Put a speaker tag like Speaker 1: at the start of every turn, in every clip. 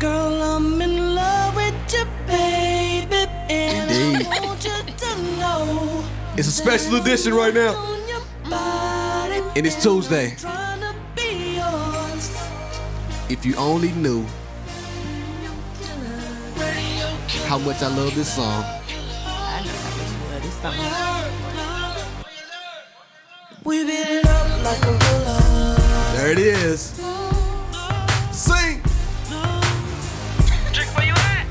Speaker 1: Girl, I'm in love with you, baby. And
Speaker 2: Indeed.
Speaker 1: I want you to know.
Speaker 2: It's a special edition right now.
Speaker 1: on your body,
Speaker 2: And it's Tuesday.
Speaker 1: trying to be yours.
Speaker 2: If you only knew how much I love this song.
Speaker 1: We beat it up like a roller.
Speaker 2: There it is. Sing.
Speaker 3: Trick, where you at?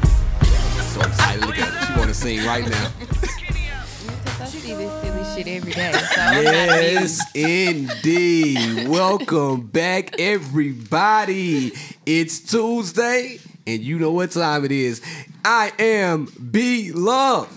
Speaker 2: So excited. Look at her. She want to sing right now.
Speaker 4: I see this silly shit every day. So I'm not
Speaker 2: Yes, indeed. Welcome back, everybody. It's Tuesday, and you know what time it is. I am B Love,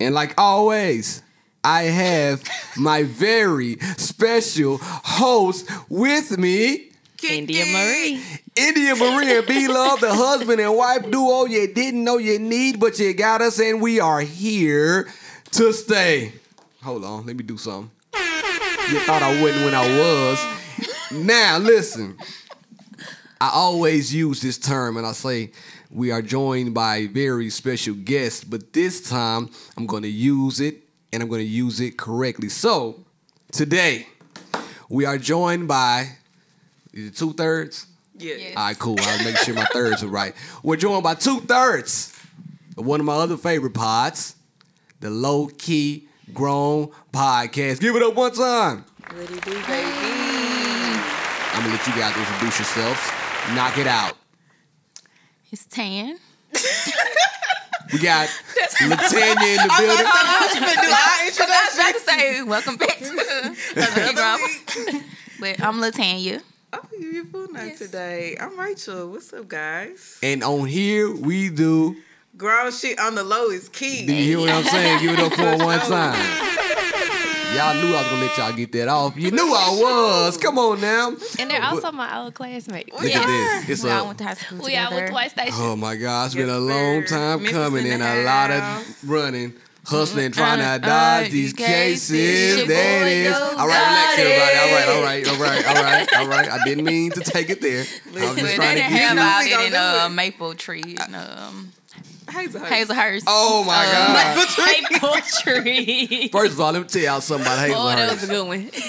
Speaker 2: and like always, I have my very special host with me.
Speaker 4: India Marie.
Speaker 2: India Marie and B Love, the husband and wife duo you didn't know you need, but you got us, and we are here to stay. Hold on, let me do something. You thought I wouldn't when I was. Now, listen, I always use this term and I say we are joined by very special guests, but this time I'm going to use it and I'm going to use it correctly. So, today we are joined by, is it two thirds? All right, cool. I'll make sure my thirds are right. We're joined by two thirds of one of my other favorite pods, the Low Key Grown Podcast. Give it up one time.
Speaker 4: What it do, baby?
Speaker 2: I'm gonna let you guys introduce yourselves. Knock it out.
Speaker 4: It's tan.
Speaker 2: We got Latanya in the building.
Speaker 4: I was about to say, welcome back to the But I'm Latanya.
Speaker 5: Oh, you your full night today. I'm Rachel. What's up, guys?
Speaker 2: And on here we do.
Speaker 5: Grown shit on the lowest
Speaker 2: Do you
Speaker 5: key.
Speaker 2: hear what I'm saying? Give it up for her one time. Y'all knew I was gonna let y'all get that off. You knew I was. Come on now.
Speaker 6: And they're also my old classmates.
Speaker 2: Look at this. It's
Speaker 4: We all
Speaker 2: a
Speaker 4: went to high school
Speaker 6: We all
Speaker 4: together.
Speaker 6: went to White Station.
Speaker 2: Oh my God, it's been
Speaker 5: Yes,
Speaker 2: a long
Speaker 5: sir.
Speaker 2: time
Speaker 5: Memphis
Speaker 2: coming
Speaker 5: in
Speaker 2: and
Speaker 5: the
Speaker 2: a lot
Speaker 5: house.
Speaker 2: of running, hustling, trying
Speaker 4: uh,
Speaker 2: to dodge
Speaker 4: uh,
Speaker 2: these
Speaker 4: these cases.
Speaker 2: cases.
Speaker 4: Your
Speaker 2: There it
Speaker 4: boy
Speaker 2: is.
Speaker 4: goes
Speaker 2: All right, relax,
Speaker 4: naughty.
Speaker 2: everybody. All right, all right, all right, all right, all right. I didn't mean to take it there. I was
Speaker 4: But
Speaker 2: just
Speaker 4: they
Speaker 2: trying to
Speaker 4: didn't
Speaker 2: get
Speaker 4: have
Speaker 2: you.
Speaker 4: out
Speaker 5: We gonna
Speaker 4: in
Speaker 5: do
Speaker 4: uh,
Speaker 5: it.
Speaker 4: Maple Tree and um,
Speaker 5: Hazel.
Speaker 4: Hazelhurst.
Speaker 2: Oh my God.
Speaker 6: Maple tree.
Speaker 2: First of all, let me tell y'all something about
Speaker 6: Oh, that was a
Speaker 2: Hazelhurst.
Speaker 6: good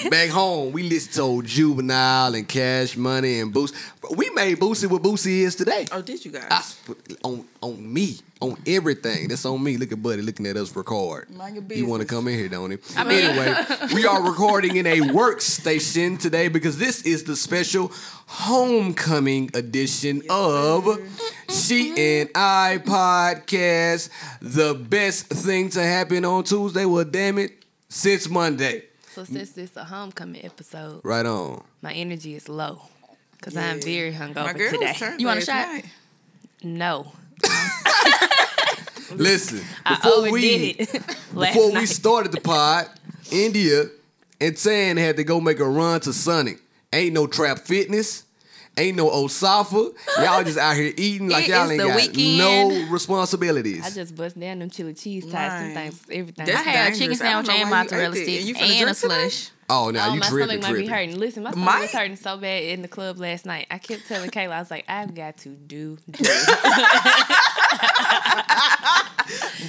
Speaker 6: one.
Speaker 2: Back home, we listened to old Juvenile and Cash Money and Boosie. We made Boosie what Boosie is today.
Speaker 5: Oh, did you guys?
Speaker 2: I sp- on on me, on everything. That's on me. Look at Buddy looking at us record.
Speaker 5: Mind your
Speaker 2: You want to
Speaker 5: business.
Speaker 2: come in here, don't you?
Speaker 6: mean-
Speaker 2: anyway, we are recording in a workstation today because this is the special homecoming edition of She and I podcast. The best thing to happen on Tuesday. Well, damn it, since Monday.
Speaker 6: So since this is a homecoming episode,
Speaker 2: Right on.
Speaker 6: my energy is low because I'm very
Speaker 5: My
Speaker 6: hungover
Speaker 5: girl
Speaker 6: today.
Speaker 5: was turned
Speaker 4: You want a
Speaker 5: last
Speaker 4: shot?
Speaker 5: night.
Speaker 6: No,
Speaker 2: Listen,
Speaker 6: I
Speaker 2: before
Speaker 6: overdid
Speaker 2: we
Speaker 6: it last
Speaker 2: Before we
Speaker 6: night.
Speaker 2: started the pod, India and Tan had to go make a run to Sonic. Ain't no Trap Fitness. Ain't no Osafa. Y'all just out here eating like
Speaker 4: It
Speaker 2: y'all
Speaker 4: is
Speaker 2: ain't
Speaker 4: the
Speaker 2: got
Speaker 4: weekend.
Speaker 2: no responsibilities.
Speaker 6: I just bust down them chili cheese tots,
Speaker 5: Right.
Speaker 6: some things, everything.
Speaker 4: I
Speaker 5: That's
Speaker 4: had a
Speaker 5: dangerous.
Speaker 4: chicken
Speaker 5: I don't
Speaker 4: sandwich
Speaker 5: know
Speaker 4: and
Speaker 5: why you
Speaker 4: mozzarella
Speaker 5: ate it.
Speaker 4: sticks
Speaker 5: You finna
Speaker 4: and a
Speaker 5: drink today?
Speaker 4: slush.
Speaker 2: oh, now
Speaker 6: Oh,
Speaker 2: you
Speaker 6: my
Speaker 2: tripping,
Speaker 6: stomach might be
Speaker 2: tripping.
Speaker 6: hurting. Listen, my stomach
Speaker 5: Might?
Speaker 6: was hurting so bad in the club last night. I kept telling Kayla, I was like, I've got to do. do.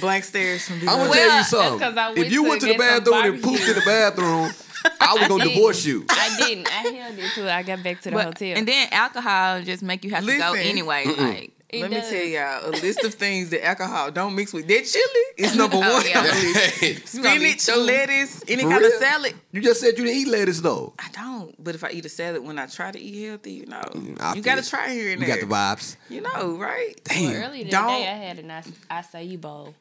Speaker 5: Blank stares from
Speaker 2: I'm
Speaker 5: below.
Speaker 2: gonna
Speaker 6: Well,
Speaker 2: tell you
Speaker 6: that's 'cause I
Speaker 2: something. If
Speaker 6: went
Speaker 2: you
Speaker 6: to
Speaker 2: went to the
Speaker 6: get some
Speaker 2: bathroom and pooped in the bathroom, I was gonna
Speaker 6: didn't.
Speaker 2: divorce you.
Speaker 6: I didn't. I held it till I got back to the
Speaker 4: But-
Speaker 6: hotel.
Speaker 4: And then alcohol just make you have to go
Speaker 5: Listen.
Speaker 4: anyway. Like,
Speaker 6: It
Speaker 5: Let me
Speaker 6: does.
Speaker 5: tell y'all a list of things that alcohol don't mix with. That chili is number one.
Speaker 4: Oh, yeah.
Speaker 5: on the list.
Speaker 4: gonna be
Speaker 5: Spinach,
Speaker 4: too-
Speaker 5: lettuce, any
Speaker 2: For
Speaker 5: kind
Speaker 2: real?
Speaker 5: of salad.
Speaker 2: you just said you didn't eat lettuce though.
Speaker 5: I don't. But if I eat a salad when I try to eat healthy, you know,
Speaker 2: I
Speaker 5: you
Speaker 2: feel
Speaker 5: got
Speaker 2: it.
Speaker 5: to try here and
Speaker 2: You
Speaker 5: there.
Speaker 2: got the vibes.
Speaker 5: You know, right?
Speaker 6: Well,
Speaker 2: Damn.
Speaker 6: earlier
Speaker 5: Don't-
Speaker 6: today I had an I, I say you bowl.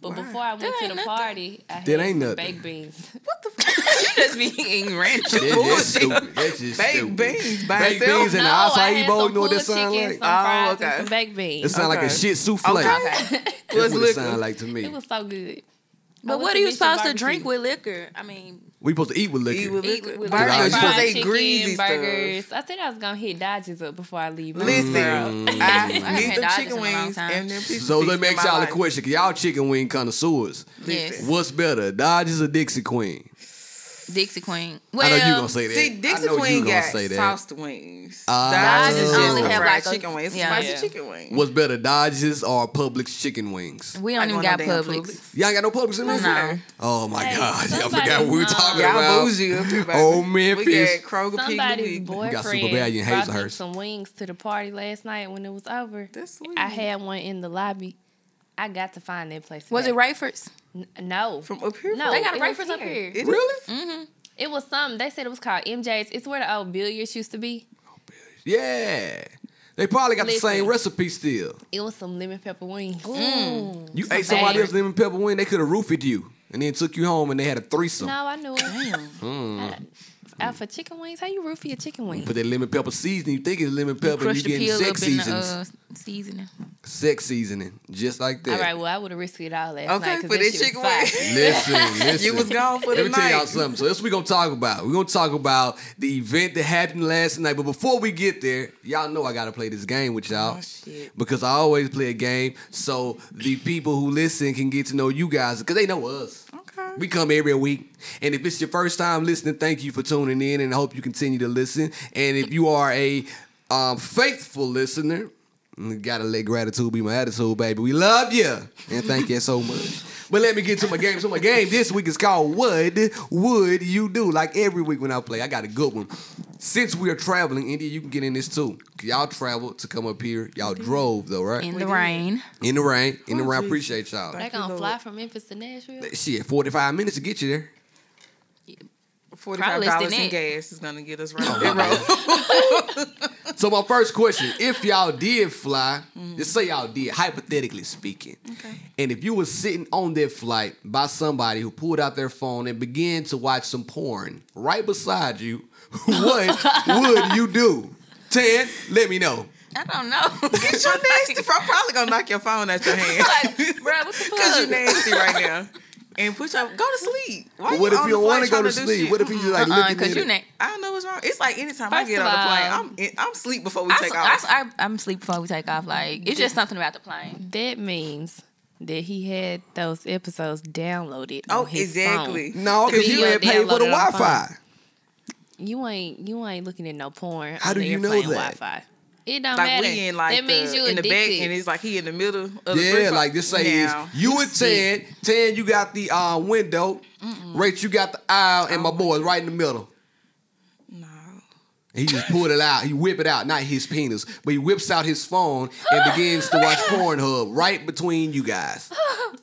Speaker 6: But before I went
Speaker 4: That
Speaker 6: to
Speaker 4: ain't
Speaker 6: the
Speaker 4: nothing.
Speaker 6: party, I had
Speaker 2: That ain't
Speaker 6: some
Speaker 2: nothing.
Speaker 6: baked beans.
Speaker 4: you just be eating ranch.
Speaker 2: That- that's stupid. That's just
Speaker 5: Baked
Speaker 2: stupid.
Speaker 5: beans by
Speaker 2: Baked
Speaker 5: itself.
Speaker 2: beans and
Speaker 6: No,
Speaker 2: an
Speaker 6: I
Speaker 2: acai
Speaker 6: had
Speaker 2: bowl.
Speaker 6: some
Speaker 2: You know what that
Speaker 6: pulled
Speaker 2: sound
Speaker 6: chicken,
Speaker 2: like?
Speaker 6: Some fries
Speaker 5: Oh, okay.
Speaker 6: and some baked
Speaker 2: It
Speaker 6: beans.
Speaker 2: sound like a
Speaker 5: Okay.
Speaker 2: shit souffle.
Speaker 5: Okay.
Speaker 2: That's
Speaker 5: Let's
Speaker 2: what it
Speaker 5: look.
Speaker 2: sound like to me.
Speaker 6: It was so good.
Speaker 4: But what are you supposed to drink with liquor? I mean,
Speaker 2: we supposed to eat with liquor.
Speaker 5: Eat with
Speaker 4: Eat
Speaker 5: liquor.
Speaker 4: with
Speaker 5: Burgers,
Speaker 2: liquor.
Speaker 5: you supposed to
Speaker 2: Fried
Speaker 5: eat greasy stuff.
Speaker 6: burgers. I said I was gonna hit Dodgers up before I leave.
Speaker 5: Listen, I
Speaker 4: I haven't
Speaker 5: need
Speaker 4: had
Speaker 5: them
Speaker 4: Dodgers
Speaker 5: chicken
Speaker 4: in a long
Speaker 5: wings
Speaker 4: time.
Speaker 5: and them pizza.
Speaker 2: so let
Speaker 5: sticks
Speaker 2: me
Speaker 5: in
Speaker 2: ask
Speaker 5: my
Speaker 2: y'all a
Speaker 5: life.
Speaker 2: question. Y'all chicken wing connoisseurs.
Speaker 4: yes.
Speaker 2: What's better, Dodgers or Dixie Queen?
Speaker 4: Dixie Queen.
Speaker 2: I
Speaker 4: Well,
Speaker 2: know you gonna say that.
Speaker 5: See, Dixie
Speaker 2: I know you
Speaker 5: Queen
Speaker 2: gonna
Speaker 5: got
Speaker 2: say that.
Speaker 5: sauced wings.
Speaker 2: Uh,
Speaker 5: Dodge's
Speaker 2: Dodge's
Speaker 5: is
Speaker 2: only
Speaker 5: just the
Speaker 2: have,
Speaker 5: fried
Speaker 4: like, a-
Speaker 5: chicken wings.
Speaker 4: yeah.
Speaker 5: Spicy
Speaker 6: Yeah.
Speaker 5: chicken wings.
Speaker 2: What's better, Dodge's or Publix chicken wings?
Speaker 4: We don't
Speaker 5: I
Speaker 4: even
Speaker 5: go no
Speaker 4: got
Speaker 5: damn
Speaker 4: Publix.
Speaker 2: Y'all ain't got no Publix in Memphis?
Speaker 4: No.
Speaker 2: Oh my
Speaker 6: Hey,
Speaker 2: God. Y'all
Speaker 6: somebody-
Speaker 2: forgot what we were
Speaker 6: no.
Speaker 2: talking
Speaker 5: Y'all
Speaker 2: about.
Speaker 5: bougie everybody.
Speaker 2: Oh,
Speaker 5: we
Speaker 2: Memphis.
Speaker 5: got Kroger Pig
Speaker 6: Somebody's
Speaker 5: Louie.
Speaker 6: boyfriend
Speaker 2: got Superbad and
Speaker 6: brought me
Speaker 2: Hazelhurst.
Speaker 6: some wings to the party last night when it was over.
Speaker 5: That's sweet.
Speaker 6: I had one in the lobby. I got to find that place.
Speaker 4: Was it
Speaker 6: back.
Speaker 4: Rayford's?
Speaker 6: N- no.
Speaker 5: from up here.
Speaker 6: no.
Speaker 4: They got a
Speaker 6: it was
Speaker 4: Rayford's up here.
Speaker 5: It is-
Speaker 2: Really?
Speaker 6: It was some. They said it was called MJ's. It's where the old billiards used to be.
Speaker 2: Yeah. They probably got the same
Speaker 6: Listen.
Speaker 2: recipe still.
Speaker 6: It was some lemon pepper wings. Mm.
Speaker 2: You ate somebody else's lemon pepper wing, they could have roofied you and then took you home and they had a threesome.
Speaker 6: No, I knew it.
Speaker 5: Hmm.
Speaker 6: I, I- for chicken wings, how you root for your chicken wings?
Speaker 2: Put that lemon pepper seasoning, you think it's lemon pepper, and
Speaker 4: Crush
Speaker 2: you
Speaker 4: the
Speaker 2: getting
Speaker 4: peel up
Speaker 2: sex
Speaker 4: in the
Speaker 2: seasonings.
Speaker 4: uh, seasoning.
Speaker 2: sex seasoning, just like that.
Speaker 6: All right, well, I would have risked it all
Speaker 5: Okay,
Speaker 6: last
Speaker 5: for that
Speaker 6: night because that
Speaker 5: chicken
Speaker 6: chicken was
Speaker 5: wing.
Speaker 2: Listen, listen.
Speaker 5: You was gone for the
Speaker 2: Let me tell y'all
Speaker 5: night.
Speaker 2: something. So that's what we gonna talk about. We're gonna talk about the event that happened last night. But before we get there, y'all know I gotta play this game with y'all.
Speaker 5: Oh, shit.
Speaker 2: Because I always play a game so the people who listen can get to know you guys because they know us.
Speaker 5: Okay.
Speaker 2: We come every week. And if it's your first time listening, thank you for tuning in and I hope you continue to listen. And if you are a um, faithful listener, mm, gotta let gratitude be my attitude, baby. We love you and thank you so much. But let me get to my game. So my game this week is called What Would You Do? Like every week when I play, I got a good one. Since we are traveling, India, you can get in this too. Y'all traveled to come up here. Y'all drove though, right?
Speaker 4: In the rain.
Speaker 2: In the rain. In the
Speaker 5: Oh,
Speaker 2: rain. I
Speaker 5: Jesus.
Speaker 2: appreciate y'all.
Speaker 5: Thank
Speaker 6: They're
Speaker 5: you,
Speaker 6: going to
Speaker 5: Lord.
Speaker 6: fly from Memphis to Nashville?
Speaker 2: Shit, 45 minutes to get you there.
Speaker 5: Forty-five dollars
Speaker 4: than
Speaker 5: in
Speaker 4: that.
Speaker 5: gas is gonna get us right there. road.
Speaker 2: So my first question: If y'all did fly, just say y'all did, hypothetically speaking, and if you was sitting on that flight by somebody who pulled out their phone and began to watch some porn right beside you, what would you do? Tan, let me know.
Speaker 4: I don't know.
Speaker 5: Get your nasty. I'm probably gonna knock your phone out your hand.
Speaker 4: like, bro, what
Speaker 5: Cause
Speaker 4: the
Speaker 5: you
Speaker 4: fuck?
Speaker 5: nasty right now. And put your go to sleep. Why
Speaker 2: What
Speaker 5: you
Speaker 2: if
Speaker 5: on
Speaker 2: you
Speaker 5: the
Speaker 2: don't want
Speaker 5: flight
Speaker 2: to go
Speaker 5: trying
Speaker 2: to
Speaker 5: do
Speaker 2: sleep?
Speaker 5: shit?
Speaker 2: What if you just like
Speaker 4: uh-uh,
Speaker 2: looking
Speaker 4: because
Speaker 2: at
Speaker 4: you
Speaker 2: it?
Speaker 4: not.
Speaker 5: I don't know what's wrong. It's like anytime I
Speaker 6: First
Speaker 5: get
Speaker 6: of
Speaker 5: on the
Speaker 6: all-
Speaker 5: plane, I'm in, I'm sleep before we
Speaker 4: I,
Speaker 5: take off.
Speaker 4: I, I, am asleep before we take off. Like it's just something about the plane.
Speaker 6: That means that he had those episodes downloaded.
Speaker 5: oh,
Speaker 6: on his
Speaker 5: exactly.
Speaker 2: No, because you
Speaker 6: Video
Speaker 2: ain't paid for the
Speaker 6: downloaded on the
Speaker 2: Wi-Fi.
Speaker 6: phone. You ain't you ain't looking at no porn.
Speaker 2: How
Speaker 6: on
Speaker 2: do
Speaker 6: the
Speaker 2: you know
Speaker 6: airplane
Speaker 2: that?
Speaker 6: Wi-Fi. It don't
Speaker 5: Like
Speaker 6: matter.
Speaker 5: we in like
Speaker 6: that means
Speaker 5: the,
Speaker 6: you
Speaker 5: in the
Speaker 6: addicted.
Speaker 5: back, and it's like he in the middle of the
Speaker 2: Yeah,
Speaker 5: group.
Speaker 2: like this say is
Speaker 5: Now,
Speaker 2: you and Tan. Tan, you got the uh, window. Rach, you got the aisle, and my
Speaker 5: Oh.
Speaker 2: boy is right in the middle.
Speaker 5: No.
Speaker 2: He just pulled it out. He whip it out, not his penis, but he whips out his phone and begins to watch Pornhub right between you guys.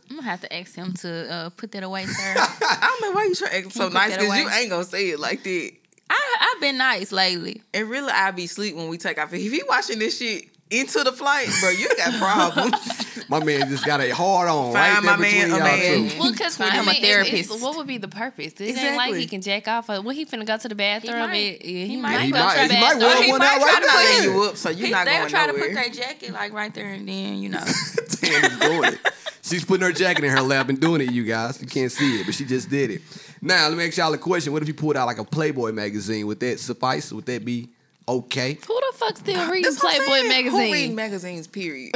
Speaker 4: I'm gonna have to ask him to uh, put that away, sir.
Speaker 5: I don't know why you try to act so
Speaker 4: Can't put
Speaker 5: nice
Speaker 4: that
Speaker 5: because you
Speaker 4: away.
Speaker 5: ain't gonna say it like that.
Speaker 4: I, I've been nice lately.
Speaker 5: And really, I be sleep when we take off. If he watching this shit into the flight, bro, you got problems.
Speaker 2: My man just got a hard on right
Speaker 5: Find
Speaker 2: there
Speaker 5: my man
Speaker 2: between
Speaker 5: a
Speaker 2: y'all
Speaker 5: man.
Speaker 2: two.
Speaker 6: Well, because
Speaker 4: Find him a therapist.
Speaker 6: What would be the purpose? It ain't like
Speaker 5: Exactly.
Speaker 6: he can jack off. When he finna go to the bathroom,
Speaker 4: might.
Speaker 6: it- he,
Speaker 4: He
Speaker 6: might.
Speaker 4: might.
Speaker 2: He
Speaker 6: go
Speaker 2: might,
Speaker 6: to the
Speaker 2: he might want
Speaker 6: bathroom.
Speaker 2: one out
Speaker 4: might
Speaker 2: right
Speaker 4: try to put
Speaker 2: now.
Speaker 5: Laying you up, so you're
Speaker 4: He-
Speaker 5: not
Speaker 4: they'll
Speaker 5: going
Speaker 4: try
Speaker 5: nowhere.
Speaker 4: to put their jacket like right there, and then you know.
Speaker 2: Tan is doing it. She's putting her jacket in her lap and doing it, you guys. You can't see it, but she just did it. Now, let me ask y'all a question. What if you pulled out like a Playboy magazine? Would that suffice? Would that be okay?
Speaker 6: Who the fuck still reading
Speaker 5: That's what I'm
Speaker 6: Playboy
Speaker 5: saying. Who read
Speaker 6: magazine?
Speaker 5: magazines, period.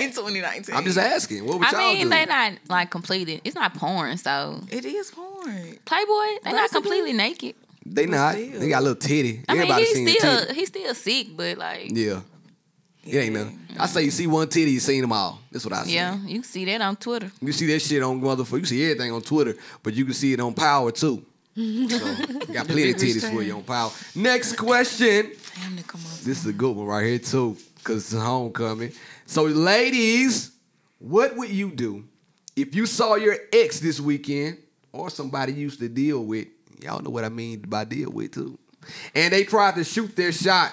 Speaker 5: in 2019.
Speaker 2: I'm just asking. What would y'all
Speaker 4: I mean,
Speaker 2: do?
Speaker 4: they not like completed. It's not porn, so
Speaker 5: It is porn.
Speaker 4: Playboy, they not
Speaker 5: Basically.
Speaker 4: completely naked.
Speaker 2: they not.
Speaker 5: still.
Speaker 2: They got a little titty.
Speaker 4: I mean,
Speaker 2: Everybody seen
Speaker 4: he's
Speaker 2: a
Speaker 4: still
Speaker 2: titty.
Speaker 4: he's still sick, but like
Speaker 2: Yeah. It ain't nothing. I say you see one titty, you seen them all. That's what I say.
Speaker 4: yeah, you can see that on Twitter.
Speaker 2: You see that shit on motherfucker. You see everything on Twitter, but you can see it on Power too. So, got plenty of titties for you on Power. Next question.
Speaker 4: Damn, come on.
Speaker 2: This is a good one right here too, cause it's homecoming. So, ladies, what would you do if you saw your ex this weekend or somebody you used to deal with? Y'all know what I mean by deal with too. And they tried to shoot their shot,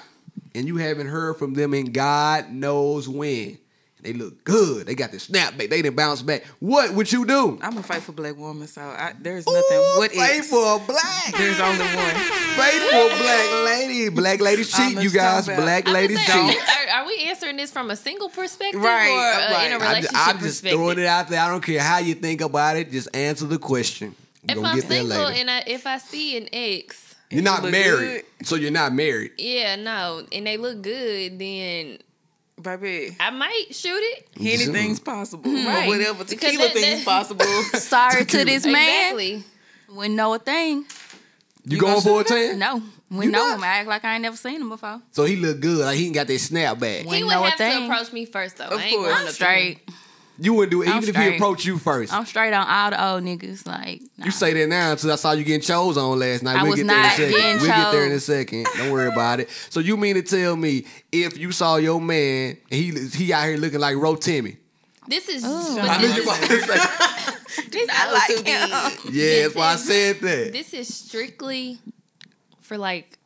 Speaker 2: and you haven't heard from them in God knows when. They look good. They got the snap back. They didn't bounce back. What would you do?
Speaker 5: I'm a fight for black woman, so I, there's nothing.
Speaker 2: Ooh,
Speaker 5: what is?
Speaker 2: faithful black,
Speaker 5: There's only one.
Speaker 2: faithful black lady. Black ladies
Speaker 5: I'm
Speaker 2: cheat, you
Speaker 5: just
Speaker 2: guys.
Speaker 5: talking about-
Speaker 2: Black
Speaker 6: I'm
Speaker 2: ladies
Speaker 6: just saying,
Speaker 2: cheat.
Speaker 6: Are, are we answering this from a single perspective
Speaker 5: Right,
Speaker 6: or uh,
Speaker 5: right.
Speaker 6: in a
Speaker 5: I'm ju-
Speaker 2: I,
Speaker 6: relationship
Speaker 2: am just
Speaker 6: perspective?
Speaker 2: throwing it out there. I don't care how you think about it. Just answer the question. We're
Speaker 6: if
Speaker 2: gonna
Speaker 6: I'm
Speaker 2: get there
Speaker 6: single
Speaker 2: later.
Speaker 6: and I, if I see an ex,
Speaker 2: you're not
Speaker 5: look
Speaker 2: married, so you're not married.
Speaker 6: yeah, no, and they look good, then
Speaker 5: Baby,
Speaker 6: I might shoot it.
Speaker 5: anything's possible. Or
Speaker 6: Right.
Speaker 5: whatever.
Speaker 6: Because
Speaker 5: Tequila
Speaker 6: that-
Speaker 5: thing's
Speaker 6: that-
Speaker 5: possible.
Speaker 4: Sorry to this man.
Speaker 6: Exactly.
Speaker 4: Wouldn't know a thing.
Speaker 2: You, going for a tan?
Speaker 4: No.
Speaker 2: You
Speaker 4: Wouldn't know
Speaker 2: not?
Speaker 4: him. I act like I ain't never seen him before.
Speaker 2: So he look good. Like he ain't got that snap back.
Speaker 4: Wouldn't
Speaker 6: He would
Speaker 4: know
Speaker 6: have
Speaker 4: a thing.
Speaker 6: to approach me first though.
Speaker 5: Of
Speaker 6: I ain't
Speaker 5: course.
Speaker 6: going
Speaker 4: I'm
Speaker 6: up
Speaker 4: straight.
Speaker 2: You wouldn't do it
Speaker 4: I'm
Speaker 2: even if he
Speaker 4: straight.
Speaker 2: approached you 1st
Speaker 4: I'm straight on all the old niggas. Like nah.
Speaker 2: you say that now until I saw you getting chose on last night.
Speaker 4: I
Speaker 2: we'll
Speaker 4: was
Speaker 2: get there in a
Speaker 4: not
Speaker 2: second.
Speaker 4: getting
Speaker 2: we'll get there in a
Speaker 4: chose.
Speaker 2: second. Don't worry about it. So you mean to tell me if you saw your man and he he out here looking like Ro Timmy?
Speaker 6: This is
Speaker 4: Oh.
Speaker 2: I knew
Speaker 6: but
Speaker 2: you
Speaker 6: this,
Speaker 2: about to say.
Speaker 6: this,
Speaker 5: I
Speaker 6: like
Speaker 5: like him.
Speaker 2: Yeah, that's why I
Speaker 6: This is-
Speaker 2: said that.
Speaker 6: this is strictly for like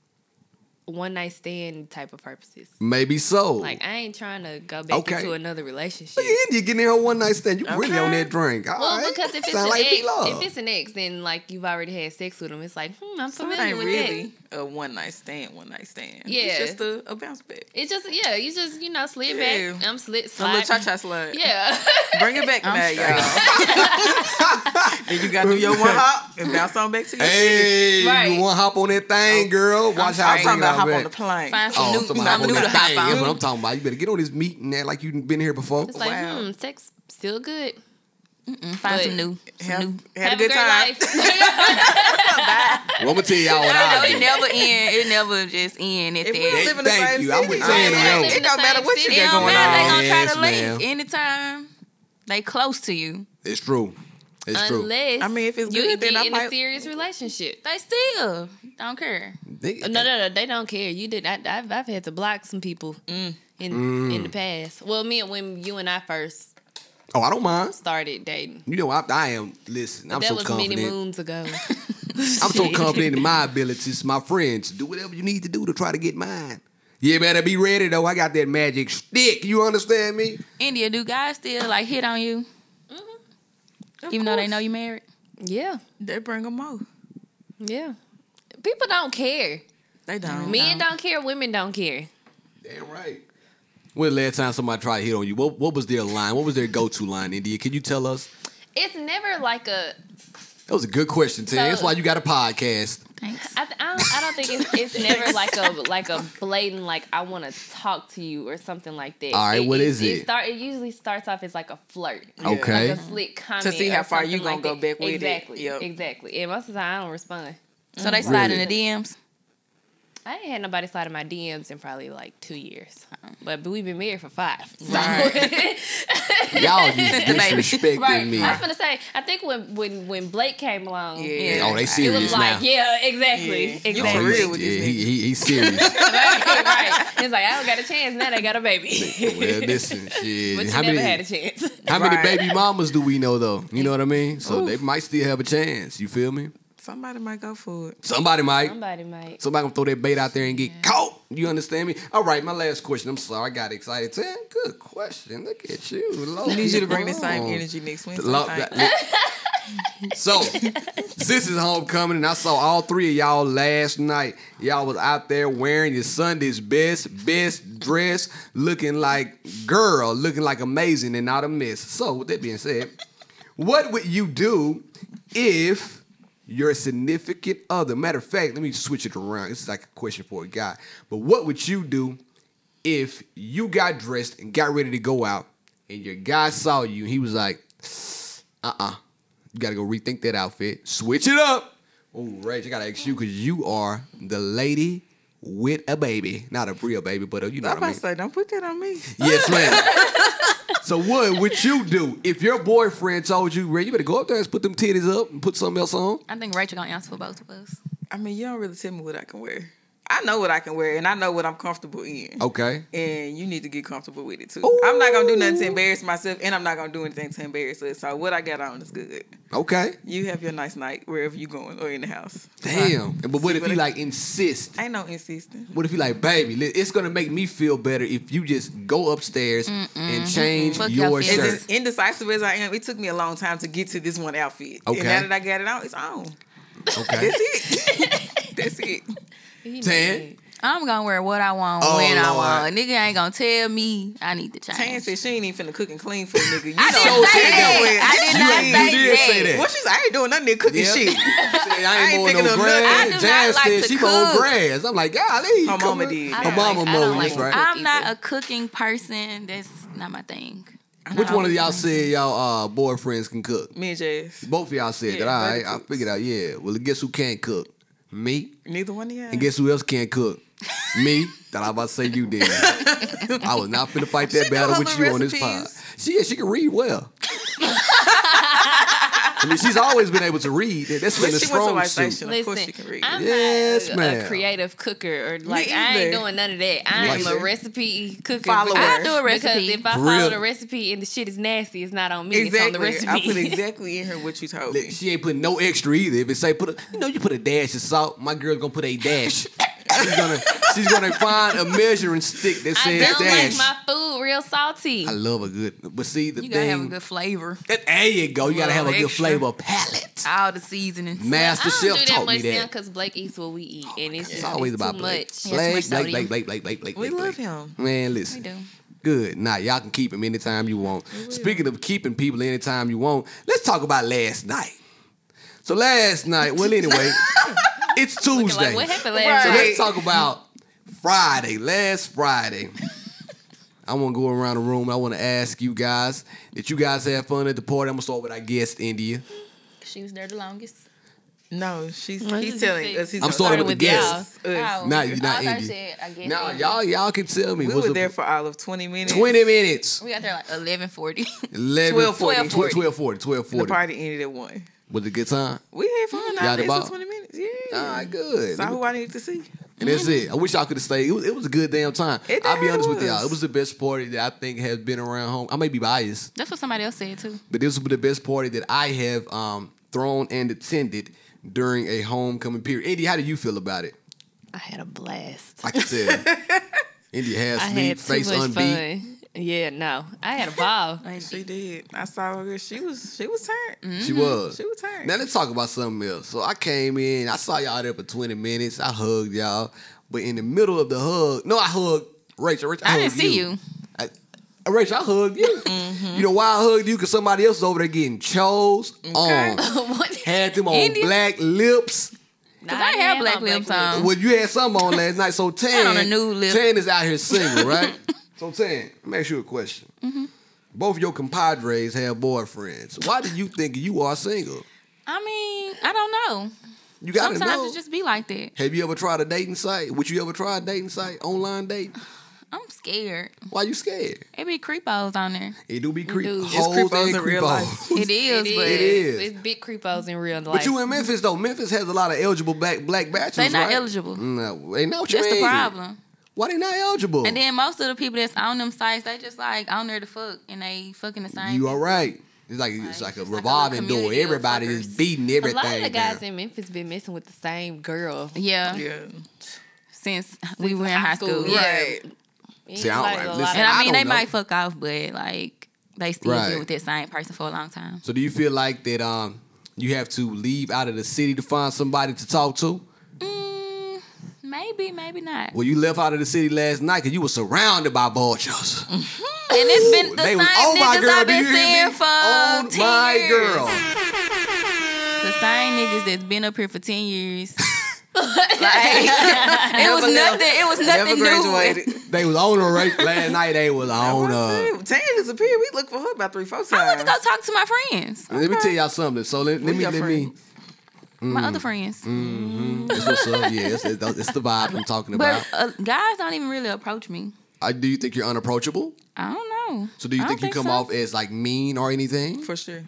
Speaker 6: one night stand type of purposes.
Speaker 2: Maybe so.
Speaker 6: Like I ain't trying to go back
Speaker 2: Okay.
Speaker 6: into another relationship.
Speaker 2: Look at you getting in her one night stand. You really on that drink. All
Speaker 6: Well,
Speaker 2: right.
Speaker 6: because if it's
Speaker 2: Sound
Speaker 6: an
Speaker 2: like
Speaker 6: ex,
Speaker 2: B-Love.
Speaker 6: if it's an ex, then like you've already had sex with him. It's like, hmm, I'm
Speaker 5: It
Speaker 6: familiar
Speaker 5: ain't
Speaker 6: with
Speaker 5: really
Speaker 6: that.
Speaker 5: a one night stand, one night stand.
Speaker 6: Yeah.
Speaker 5: It's just a, a bounce back.
Speaker 6: It's just yeah, you just you know slid back.
Speaker 5: Yeah.
Speaker 6: I'm slid
Speaker 5: A little
Speaker 6: slide.
Speaker 5: cha cha slide.
Speaker 6: Yeah,
Speaker 5: Bring it back
Speaker 4: I'm
Speaker 5: tonight, y'all. then you got to do your one hop and bounce on back to your shit.
Speaker 2: Hey,
Speaker 6: Right.
Speaker 2: you want to hop on that thing, girl? Watch how I
Speaker 5: Oh, I'm
Speaker 2: bring
Speaker 5: talking
Speaker 2: it
Speaker 5: about
Speaker 2: out
Speaker 5: hop on
Speaker 2: back.
Speaker 5: the plane.
Speaker 4: find some
Speaker 2: Oh,
Speaker 4: new,
Speaker 2: somebody hop
Speaker 4: something
Speaker 2: on
Speaker 4: new to
Speaker 2: that thing.
Speaker 4: hop
Speaker 2: That's what
Speaker 4: on.
Speaker 2: I'm talking about. You better get on this meet and act like you've been here before.
Speaker 6: it's like
Speaker 5: Wow.
Speaker 6: hmm, sex still good.
Speaker 4: Mm-mm, Find some new, some
Speaker 5: Have,
Speaker 4: new.
Speaker 5: had
Speaker 6: Have
Speaker 5: a good
Speaker 6: great
Speaker 5: time.
Speaker 6: life.
Speaker 2: Well, I'm gonna tell y'all what
Speaker 4: I know
Speaker 2: I
Speaker 4: it
Speaker 2: did.
Speaker 4: never end. It never just end at
Speaker 5: If we
Speaker 4: that.
Speaker 5: live in the
Speaker 2: Thank
Speaker 5: same
Speaker 2: you. I
Speaker 5: city,
Speaker 2: wouldn't
Speaker 5: it
Speaker 2: say
Speaker 5: don't
Speaker 2: no.
Speaker 5: matter- it don't matter what you
Speaker 6: It
Speaker 5: got
Speaker 4: don't
Speaker 5: going
Speaker 4: matter.
Speaker 5: on.
Speaker 4: They gonna try to
Speaker 2: Yes, ma'am.
Speaker 4: link anytime they close to you.
Speaker 2: It's true. It's true.
Speaker 6: Unless
Speaker 5: I mean, if it's
Speaker 6: you
Speaker 5: good, then
Speaker 6: get
Speaker 5: I
Speaker 6: in
Speaker 5: might-
Speaker 6: a serious relationship.
Speaker 4: They still don't care.
Speaker 2: They-
Speaker 6: No, no, no, they don't care. You did. I, I've, I've had to block some people
Speaker 5: Mm.
Speaker 6: in
Speaker 2: Mm.
Speaker 6: in the past. Well, me and when you and I first
Speaker 2: Oh, I don't mind.
Speaker 6: started dating,
Speaker 2: You know, I, I am. Listen, I'm
Speaker 6: that
Speaker 2: so
Speaker 6: was
Speaker 2: confident.
Speaker 6: many moons ago.
Speaker 2: I'm so confident in my abilities, my friends. Do whatever you need to do to try to get mine. You better be ready though. I got that magic stick. You understand me?
Speaker 4: India, do guys still like hit on you, even though they know you married?
Speaker 6: Mm-hmm. yeah,
Speaker 5: They bring them out.
Speaker 6: yeah. People don't care.
Speaker 5: They don't.
Speaker 6: Men don't care. Women don't care.
Speaker 2: Damn right. When the last time somebody tried to hit on you? What what was their line? What was their go to line, India? Can you tell us?
Speaker 6: It's never like a.
Speaker 2: That was a good question, Tim.
Speaker 6: So-
Speaker 2: That's why you got a podcast.
Speaker 4: Thanks.
Speaker 6: I, th- I, don't, I don't think it's, it's never like a like a blatant like I want to talk to you or something like that.
Speaker 2: All right, what is
Speaker 6: It,
Speaker 2: it?
Speaker 6: start, it usually starts off as like a flirt.
Speaker 2: Okay.
Speaker 6: like a slick comment
Speaker 5: To see how
Speaker 6: or
Speaker 5: far you
Speaker 6: something
Speaker 5: gonna
Speaker 6: like
Speaker 5: go
Speaker 6: that.
Speaker 5: back with it.
Speaker 6: exactly,
Speaker 5: Yep.
Speaker 6: Exactly, And most of the time I don't respond.
Speaker 4: So they slide in
Speaker 2: Really?
Speaker 4: the DMs.
Speaker 6: I ain't had nobody slide in my DMs in probably like two years, but but we've been married for five. So.
Speaker 5: Uh-uh. Right.
Speaker 2: Y'all just disrespecting
Speaker 6: Right.
Speaker 2: me.
Speaker 6: I was gonna say. I think when when when Blake came along,
Speaker 5: Yeah.
Speaker 2: Oh, they
Speaker 6: it
Speaker 2: serious
Speaker 6: was
Speaker 2: now.
Speaker 6: like, yeah, exactly,
Speaker 5: Yeah. You
Speaker 6: exactly.
Speaker 2: Oh,
Speaker 5: for
Speaker 2: he's-
Speaker 5: real with this
Speaker 2: yeah, he, he, he's serious.
Speaker 6: right, right. It's like I don't got a chance now. They got a baby,
Speaker 2: well, listen, shit.
Speaker 6: but you
Speaker 2: how
Speaker 6: never
Speaker 2: many
Speaker 6: had a chance.
Speaker 2: how many
Speaker 5: Right.
Speaker 2: baby mamas do we know though? You know what I mean? So they might still have a chance. You feel me?
Speaker 5: Somebody might go for it.
Speaker 2: Somebody might.
Speaker 6: Somebody might.
Speaker 2: Somebody gonna throw that bait out there and get caught. You understand me? All right, my last question. I'm sorry, I got excited. Tan, good question. Look at you.
Speaker 5: I need you to bring the same energy next week.
Speaker 2: Lo- so, this is homecoming, and I saw all three of y'all last night. Y'all was out there wearing your Sunday's best, best dress, looking like girl, looking like amazing and not a miss. So, with that being said, what would you do if your significant other, matter of fact, let me switch it around. This is like a question for a guy, but what would you do if you got dressed and got ready to go out, and your guy saw you, and he was like, uh-uh. You gotta go rethink that outfit. Switch it up. Oh, Rach, I gotta ask you because you are the lady with a baby. Not a real baby, but uh you know what
Speaker 5: I'm
Speaker 2: I
Speaker 5: about
Speaker 2: mean.
Speaker 5: to say, don't put that on me.
Speaker 2: Yes, ma'am. so what would you do if your boyfriend told you, Ray, you better go up there and put them titties up and put something else on?
Speaker 4: I think Rachel gonna answer for both of us.
Speaker 5: I mean, you don't really tell me what I can wear. I know what I can wear, and I know what I'm comfortable in.
Speaker 2: Okay.
Speaker 5: And you need to get comfortable with it too. I'm not gonna do nothing to embarrass myself, and I'm not gonna do anything to embarrass us. So what I got on is good.
Speaker 2: Okay.
Speaker 5: You have your nice night wherever you going or in the house.
Speaker 2: Damn. But what
Speaker 5: See
Speaker 2: if
Speaker 5: what
Speaker 2: he
Speaker 5: I-
Speaker 2: like insist?
Speaker 5: Ain't no insisting.
Speaker 2: What if you like, baby? li- It's gonna make me feel better if you just go upstairs and change
Speaker 4: Fuck
Speaker 2: your
Speaker 4: your feelings.
Speaker 2: shirt.
Speaker 4: Sure.
Speaker 5: As in- indecisive as I am, it took me a long time to get to this one outfit.
Speaker 2: Okay.
Speaker 5: And now that I got it on, it's on.
Speaker 2: Okay.
Speaker 5: That's it. That's it.
Speaker 6: He
Speaker 2: Tan?
Speaker 6: might.
Speaker 4: I'm gonna wear what I want
Speaker 2: Oh,
Speaker 4: when I
Speaker 2: Lord.
Speaker 4: want. Nigga ain't gonna tell me I need to change.
Speaker 5: Tan said she ain't even finna cook and clean for a nigga. You know,
Speaker 4: I didn't
Speaker 2: So
Speaker 4: say
Speaker 2: she
Speaker 5: doing-
Speaker 4: that. I
Speaker 5: she
Speaker 4: did not
Speaker 5: doing-
Speaker 4: say,
Speaker 2: you did
Speaker 4: that.
Speaker 2: say that.
Speaker 5: Well, she's like, I ain't doing nothing to cook and
Speaker 2: Yep.
Speaker 5: shit.
Speaker 2: Said, I
Speaker 5: I
Speaker 2: ain't
Speaker 5: ain't
Speaker 2: mowing
Speaker 5: thinking
Speaker 2: no
Speaker 5: of nothing.
Speaker 4: I do
Speaker 2: grass.
Speaker 4: not
Speaker 2: Jazz
Speaker 4: like
Speaker 2: said
Speaker 4: to
Speaker 2: she mowed
Speaker 4: cook.
Speaker 2: grass. I'm like, golly.
Speaker 5: Her
Speaker 2: come
Speaker 5: mama
Speaker 2: on."
Speaker 5: did.
Speaker 6: I
Speaker 2: Her
Speaker 6: don't
Speaker 2: mama
Speaker 6: like- I
Speaker 2: mowed,
Speaker 6: don't
Speaker 2: that's
Speaker 6: like
Speaker 2: right.
Speaker 6: to
Speaker 4: I'm not
Speaker 6: either.
Speaker 4: a cooking person. That's not my thing.
Speaker 2: Which one of y'all said y'all uh, boyfriends can cook?
Speaker 5: Me and Jazz.
Speaker 2: Both of y'all said
Speaker 5: Yeah,
Speaker 2: that. All right,
Speaker 5: both
Speaker 2: I
Speaker 5: cooks.
Speaker 2: figured out. Yeah. Well, guess who can't cook? Me.
Speaker 5: Neither one of y'all.
Speaker 2: And guess who else can't cook? Me. That I about to say you did. I was not finna fight that
Speaker 5: She know
Speaker 2: battle
Speaker 5: her
Speaker 2: with you
Speaker 5: little
Speaker 2: on this pod.
Speaker 5: recipes.
Speaker 2: She yeah, she can read well. I mean, she's always been able to read. That's been the
Speaker 5: But she went to
Speaker 2: strong
Speaker 5: white
Speaker 2: suit.
Speaker 5: station. Of course she can read.
Speaker 6: I'm
Speaker 2: Yes,
Speaker 6: not
Speaker 2: ma'am.
Speaker 6: a creative cooker or like I
Speaker 5: either.
Speaker 6: ain't doing none of that. I
Speaker 2: Like-
Speaker 6: am a recipe cooker.
Speaker 5: Follower.
Speaker 6: because-
Speaker 4: I do a recipe.
Speaker 6: Because if I
Speaker 2: For
Speaker 6: follow
Speaker 2: real.
Speaker 6: the recipe and the shit is nasty, it's not on me. It's on the
Speaker 5: Exactly.
Speaker 6: recipe.
Speaker 5: I put exactly in her what you told me.
Speaker 2: Look, She ain't putting no extra either. If it say put, a, you know, you put a dash of salt, my girl's gonna put a dash. she's gonna she's gonna find a measuring stick that
Speaker 6: I
Speaker 2: says
Speaker 6: don't
Speaker 2: dash.
Speaker 6: like my food real salty.
Speaker 2: I love a good, but see the
Speaker 4: You gotta have a
Speaker 2: thing.
Speaker 4: good flavor.
Speaker 2: there you go. You gotta have a
Speaker 4: Little
Speaker 2: good
Speaker 4: extra.
Speaker 2: flavor palette.
Speaker 4: All the seasonings.
Speaker 2: Master
Speaker 6: I
Speaker 2: Chef
Speaker 6: don't do that
Speaker 2: taught
Speaker 6: much
Speaker 2: me that. Oh
Speaker 6: because Blake eats what we eat, and it's,
Speaker 2: It's
Speaker 6: just,
Speaker 2: always
Speaker 6: it's
Speaker 2: about
Speaker 6: too
Speaker 2: Blake.
Speaker 6: much.
Speaker 2: Blake,
Speaker 4: much
Speaker 2: Blake, Blake,
Speaker 4: sodium.
Speaker 2: Blake, Blake, Blake, Blake.
Speaker 5: We
Speaker 2: Blake,
Speaker 5: love
Speaker 2: Blake.
Speaker 5: him.
Speaker 2: Man,
Speaker 4: We
Speaker 2: listen.
Speaker 4: do.
Speaker 2: Good. Nah, y'all can keep him anytime you want. Speaking of keeping people anytime you want, let's talk about last night. So last night, well, anyway, it's
Speaker 6: Looking
Speaker 2: Tuesday.
Speaker 6: like what happened
Speaker 2: So
Speaker 6: last
Speaker 5: Right.
Speaker 6: night?
Speaker 2: let's talk about Friday, last Friday. I want to go around the room. I want to ask you guys, did you guys have fun at the party? I'm going to start with our guest, India.
Speaker 4: She was there the longest.
Speaker 5: No, she's
Speaker 6: Well,
Speaker 5: he's
Speaker 6: this is
Speaker 5: telling
Speaker 6: sick.
Speaker 5: us. He's
Speaker 2: I'm
Speaker 5: gonna-
Speaker 2: starting with the
Speaker 6: y'all.
Speaker 2: guests.
Speaker 4: Oh.
Speaker 5: Us.
Speaker 2: Nah, you not
Speaker 4: All I
Speaker 2: Indy.
Speaker 4: said, I guess.
Speaker 2: Now,
Speaker 4: Indy.
Speaker 2: y'all, y'all can tell me.
Speaker 5: We
Speaker 2: what's
Speaker 5: were
Speaker 2: the-
Speaker 5: there for all of 20 minutes.
Speaker 2: 20 minutes.
Speaker 4: We got there like 1140.
Speaker 2: 11,
Speaker 5: 12:40.
Speaker 2: 1240. 1240.
Speaker 5: The party ended at 1.
Speaker 2: Was it a good time?
Speaker 5: We had fun.
Speaker 2: Y'all the
Speaker 5: out there for
Speaker 2: ball?
Speaker 5: 20 minutes. Yeah.
Speaker 2: All right, good.
Speaker 5: Saw who I needed to see.
Speaker 2: And that's it. I wish I could have stayed. It was, it was a good damn time.
Speaker 5: It
Speaker 2: I'll be
Speaker 5: damn
Speaker 2: honest with y'all. It
Speaker 5: was.
Speaker 2: was the best party that I think has been around home. I may be biased,
Speaker 4: That's what somebody else said too.
Speaker 2: but this was the best party that I have um, thrown and attended during a homecoming period. Indy, how do you feel about it?
Speaker 6: I had a blast.
Speaker 2: I can tell. Indy has
Speaker 6: I
Speaker 2: beat,
Speaker 6: had too
Speaker 2: face
Speaker 6: much
Speaker 2: unbeat.
Speaker 6: fun. Yeah, no, I had a ball.
Speaker 5: She did. I saw her. She was she was turned.
Speaker 2: She was.
Speaker 5: She was turned.
Speaker 2: Now let's talk about something else. So I came in, I saw y'all there for 20 minutes. I hugged y'all. But in the middle of the hug, no, I hugged Rachel. Rachel I,
Speaker 4: I didn't
Speaker 2: hugged
Speaker 4: see you. Mm-hmm.
Speaker 2: I, uh, Rachel, I hugged you. You know why I hugged you? Because somebody else is over there getting chose on.
Speaker 6: What?
Speaker 2: Had them on
Speaker 6: India?
Speaker 2: black lips.
Speaker 6: Nah,
Speaker 4: I didn't have
Speaker 6: no
Speaker 4: black lips on.
Speaker 2: Well, you had something on last night. So Tan,
Speaker 4: on a nude lip.
Speaker 2: Tan is out here single, right? so Tan, let me ask you a question.
Speaker 4: Mm-hmm.
Speaker 2: Both your compadres have boyfriends. Why do you think you are single?
Speaker 4: I mean, I don't know.
Speaker 2: You gotta
Speaker 4: Sometimes
Speaker 2: know.
Speaker 4: it just be like that.
Speaker 2: Have you ever tried a dating site? Would you ever try a dating site? Online date?
Speaker 4: I'm scared.
Speaker 2: Why you scared?
Speaker 4: It be creepos on there.
Speaker 2: It do be
Speaker 6: do.
Speaker 2: creepy.
Speaker 6: It's
Speaker 5: creepos in real life.
Speaker 4: It is,
Speaker 6: It is.
Speaker 4: but
Speaker 2: It is.
Speaker 6: It's big creepos in real life.
Speaker 2: But you in Memphis though. Memphis has a lot of eligible black black bachelors.
Speaker 4: They not
Speaker 2: right?
Speaker 4: eligible.
Speaker 2: No, they not what you
Speaker 4: that's the
Speaker 2: mean.
Speaker 4: problem.
Speaker 2: Why they not eligible?
Speaker 4: And then most of the people that's on them sites, they just like on there to fuck and they fucking the same.
Speaker 2: you are right. It's like it's like a
Speaker 4: Like, it's like a
Speaker 2: revolving door.
Speaker 4: little community of
Speaker 2: Everybody is
Speaker 4: fuckers.
Speaker 2: beating
Speaker 6: a
Speaker 2: everything.
Speaker 6: lot of the guys
Speaker 2: down.
Speaker 6: in Memphis been messing with the same girl.
Speaker 4: Yeah,
Speaker 5: yeah.
Speaker 4: Since we were in high school.
Speaker 6: school,
Speaker 4: Yeah.
Speaker 5: Right.
Speaker 2: See, I don't like-
Speaker 6: Anybody a lot
Speaker 2: listen,
Speaker 6: of-
Speaker 4: And I,
Speaker 2: I
Speaker 4: mean,
Speaker 2: don't
Speaker 4: they
Speaker 2: know.
Speaker 4: might fuck off, but like they still
Speaker 2: Right.
Speaker 4: deal with that same person for a long time.
Speaker 2: so do you feel like that um you have to leave out of the city to find somebody to talk to?
Speaker 4: Mm, maybe, maybe not.
Speaker 2: Well, you left out of the city last night because you were surrounded by vultures.
Speaker 4: And it's been the
Speaker 2: They
Speaker 4: same
Speaker 2: was, oh my
Speaker 4: niggas
Speaker 2: girl, do
Speaker 4: I've been
Speaker 2: you hear
Speaker 4: seeing
Speaker 2: me?
Speaker 4: for
Speaker 2: oh
Speaker 4: 10
Speaker 2: my
Speaker 4: years.
Speaker 2: girl.
Speaker 4: The same niggas that's been up here for 10 years. Like, it was nothing. It was
Speaker 5: Never
Speaker 4: nothing new.
Speaker 5: graduated.
Speaker 2: They was on her right last night. They was on uh, her.
Speaker 5: Tan disappeared. We looked for her about three, four times.
Speaker 4: I went to go talk to my friends,
Speaker 2: Let me tell y'all something. So let, let
Speaker 5: We
Speaker 2: me
Speaker 5: your
Speaker 2: let me.
Speaker 4: my
Speaker 2: Mm,
Speaker 4: other friends.
Speaker 2: That's what's up. Yeah, it's, it's, it's the vibe I'm talking about.
Speaker 4: But uh, guys don't even really approach me.
Speaker 2: I, do you think you're unapproachable?
Speaker 4: I don't know.
Speaker 2: So do you
Speaker 4: I
Speaker 2: think,
Speaker 4: don't
Speaker 2: you come
Speaker 4: so.
Speaker 2: off as like mean or anything?
Speaker 5: For sure.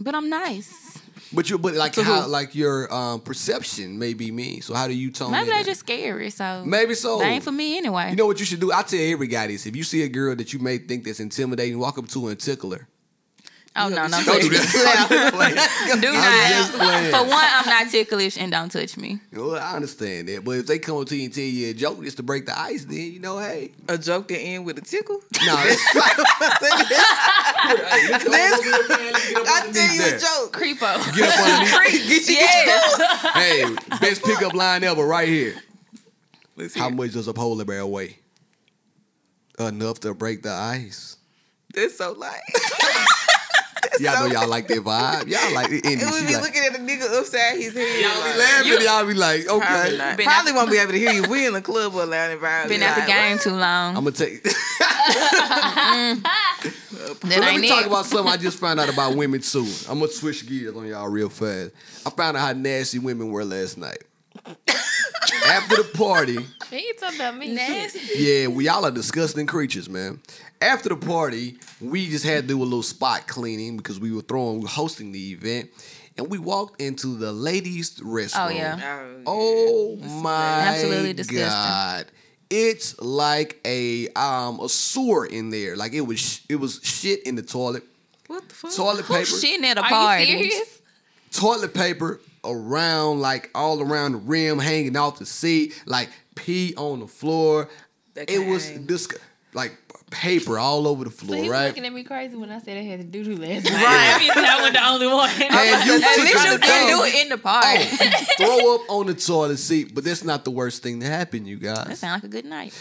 Speaker 4: But I'm nice.
Speaker 2: But you but like
Speaker 5: To
Speaker 2: how
Speaker 5: who?
Speaker 2: like your um, perception may be mean. So how do you tone?
Speaker 4: Maybe
Speaker 2: it
Speaker 4: they
Speaker 2: down?
Speaker 4: just scary. So
Speaker 2: maybe so.
Speaker 4: they ain't for me anyway.
Speaker 2: Oh, You know what you should do? I tell every guy this: if you see a girl that you may think that's intimidating, walk up to her and tickle her.
Speaker 4: oh no, no,
Speaker 2: Don't
Speaker 4: do
Speaker 2: do that.
Speaker 4: do
Speaker 2: just
Speaker 4: not.
Speaker 2: playing.
Speaker 4: For one, I'm not ticklish and don't touch me.
Speaker 2: Well, I understand that, but if they come up to you and tell you a joke just to break the ice, then you know, hey,
Speaker 5: A joke that end with a tickle.
Speaker 2: no, that's
Speaker 5: I tell you a joke.
Speaker 6: creepo.
Speaker 2: Get up underneath.
Speaker 5: Get you,
Speaker 4: Yes.
Speaker 2: hey, best pickup line ever, right here.
Speaker 5: Let's
Speaker 2: How
Speaker 5: hear it.
Speaker 2: much does a polar bear weigh? Enough to break the ice.
Speaker 5: That's so light.
Speaker 2: Y'all know y'all like that vibe. Y'all like it. Indy.
Speaker 5: It would
Speaker 2: She
Speaker 5: be
Speaker 2: like,
Speaker 5: looking at a nigga upside his head. like-
Speaker 2: laughing. y'all be like,
Speaker 5: Probably,
Speaker 2: okay.
Speaker 5: not.
Speaker 4: Been
Speaker 5: Probably won't be able to hear you. We in a club or a loud environment.
Speaker 4: Been at the
Speaker 5: Like,
Speaker 4: game too long.
Speaker 2: I'm gonna take.
Speaker 5: what?
Speaker 2: So
Speaker 4: That
Speaker 2: let
Speaker 4: ain't
Speaker 2: me talk
Speaker 4: it.
Speaker 2: about something I just found out about women too. I'm gonna switch gears on y'all real fast. I found out how nasty women were last night. After the party,
Speaker 6: He ain't talking about me.
Speaker 4: Nasty.
Speaker 2: yeah, we all are disgusting creatures, man. After the party, we just had to do a little spot cleaning because we were throwing, we were hosting the event, and we walked into the ladies' restroom.
Speaker 4: Oh, yeah.
Speaker 5: Oh,
Speaker 2: Oh my
Speaker 4: Absolutely disgusting.
Speaker 2: god! It's like a um a sewer in there. Like it was sh- it was shit in the toilet.
Speaker 5: What the fuck?
Speaker 2: Toilet paper,
Speaker 4: Shitting at a
Speaker 6: Are
Speaker 4: party.
Speaker 6: you serious?
Speaker 2: toilet paper around like all around the rim, hanging off the seat, like pee on the floor.
Speaker 5: That
Speaker 2: It was
Speaker 5: kind.
Speaker 2: this like paper all over the
Speaker 6: So
Speaker 2: floor,
Speaker 6: he was
Speaker 2: right?
Speaker 6: looking at me crazy when I said I had to do do last night. Right. I was the only one.
Speaker 2: And you
Speaker 4: At
Speaker 2: took
Speaker 4: least
Speaker 2: it
Speaker 4: you
Speaker 2: down.
Speaker 4: can do it in the party.
Speaker 2: Oh, you throw up on the toilet seat, but that's not the worst thing to happen, you
Speaker 4: That
Speaker 2: guys.
Speaker 4: sounds like a good night.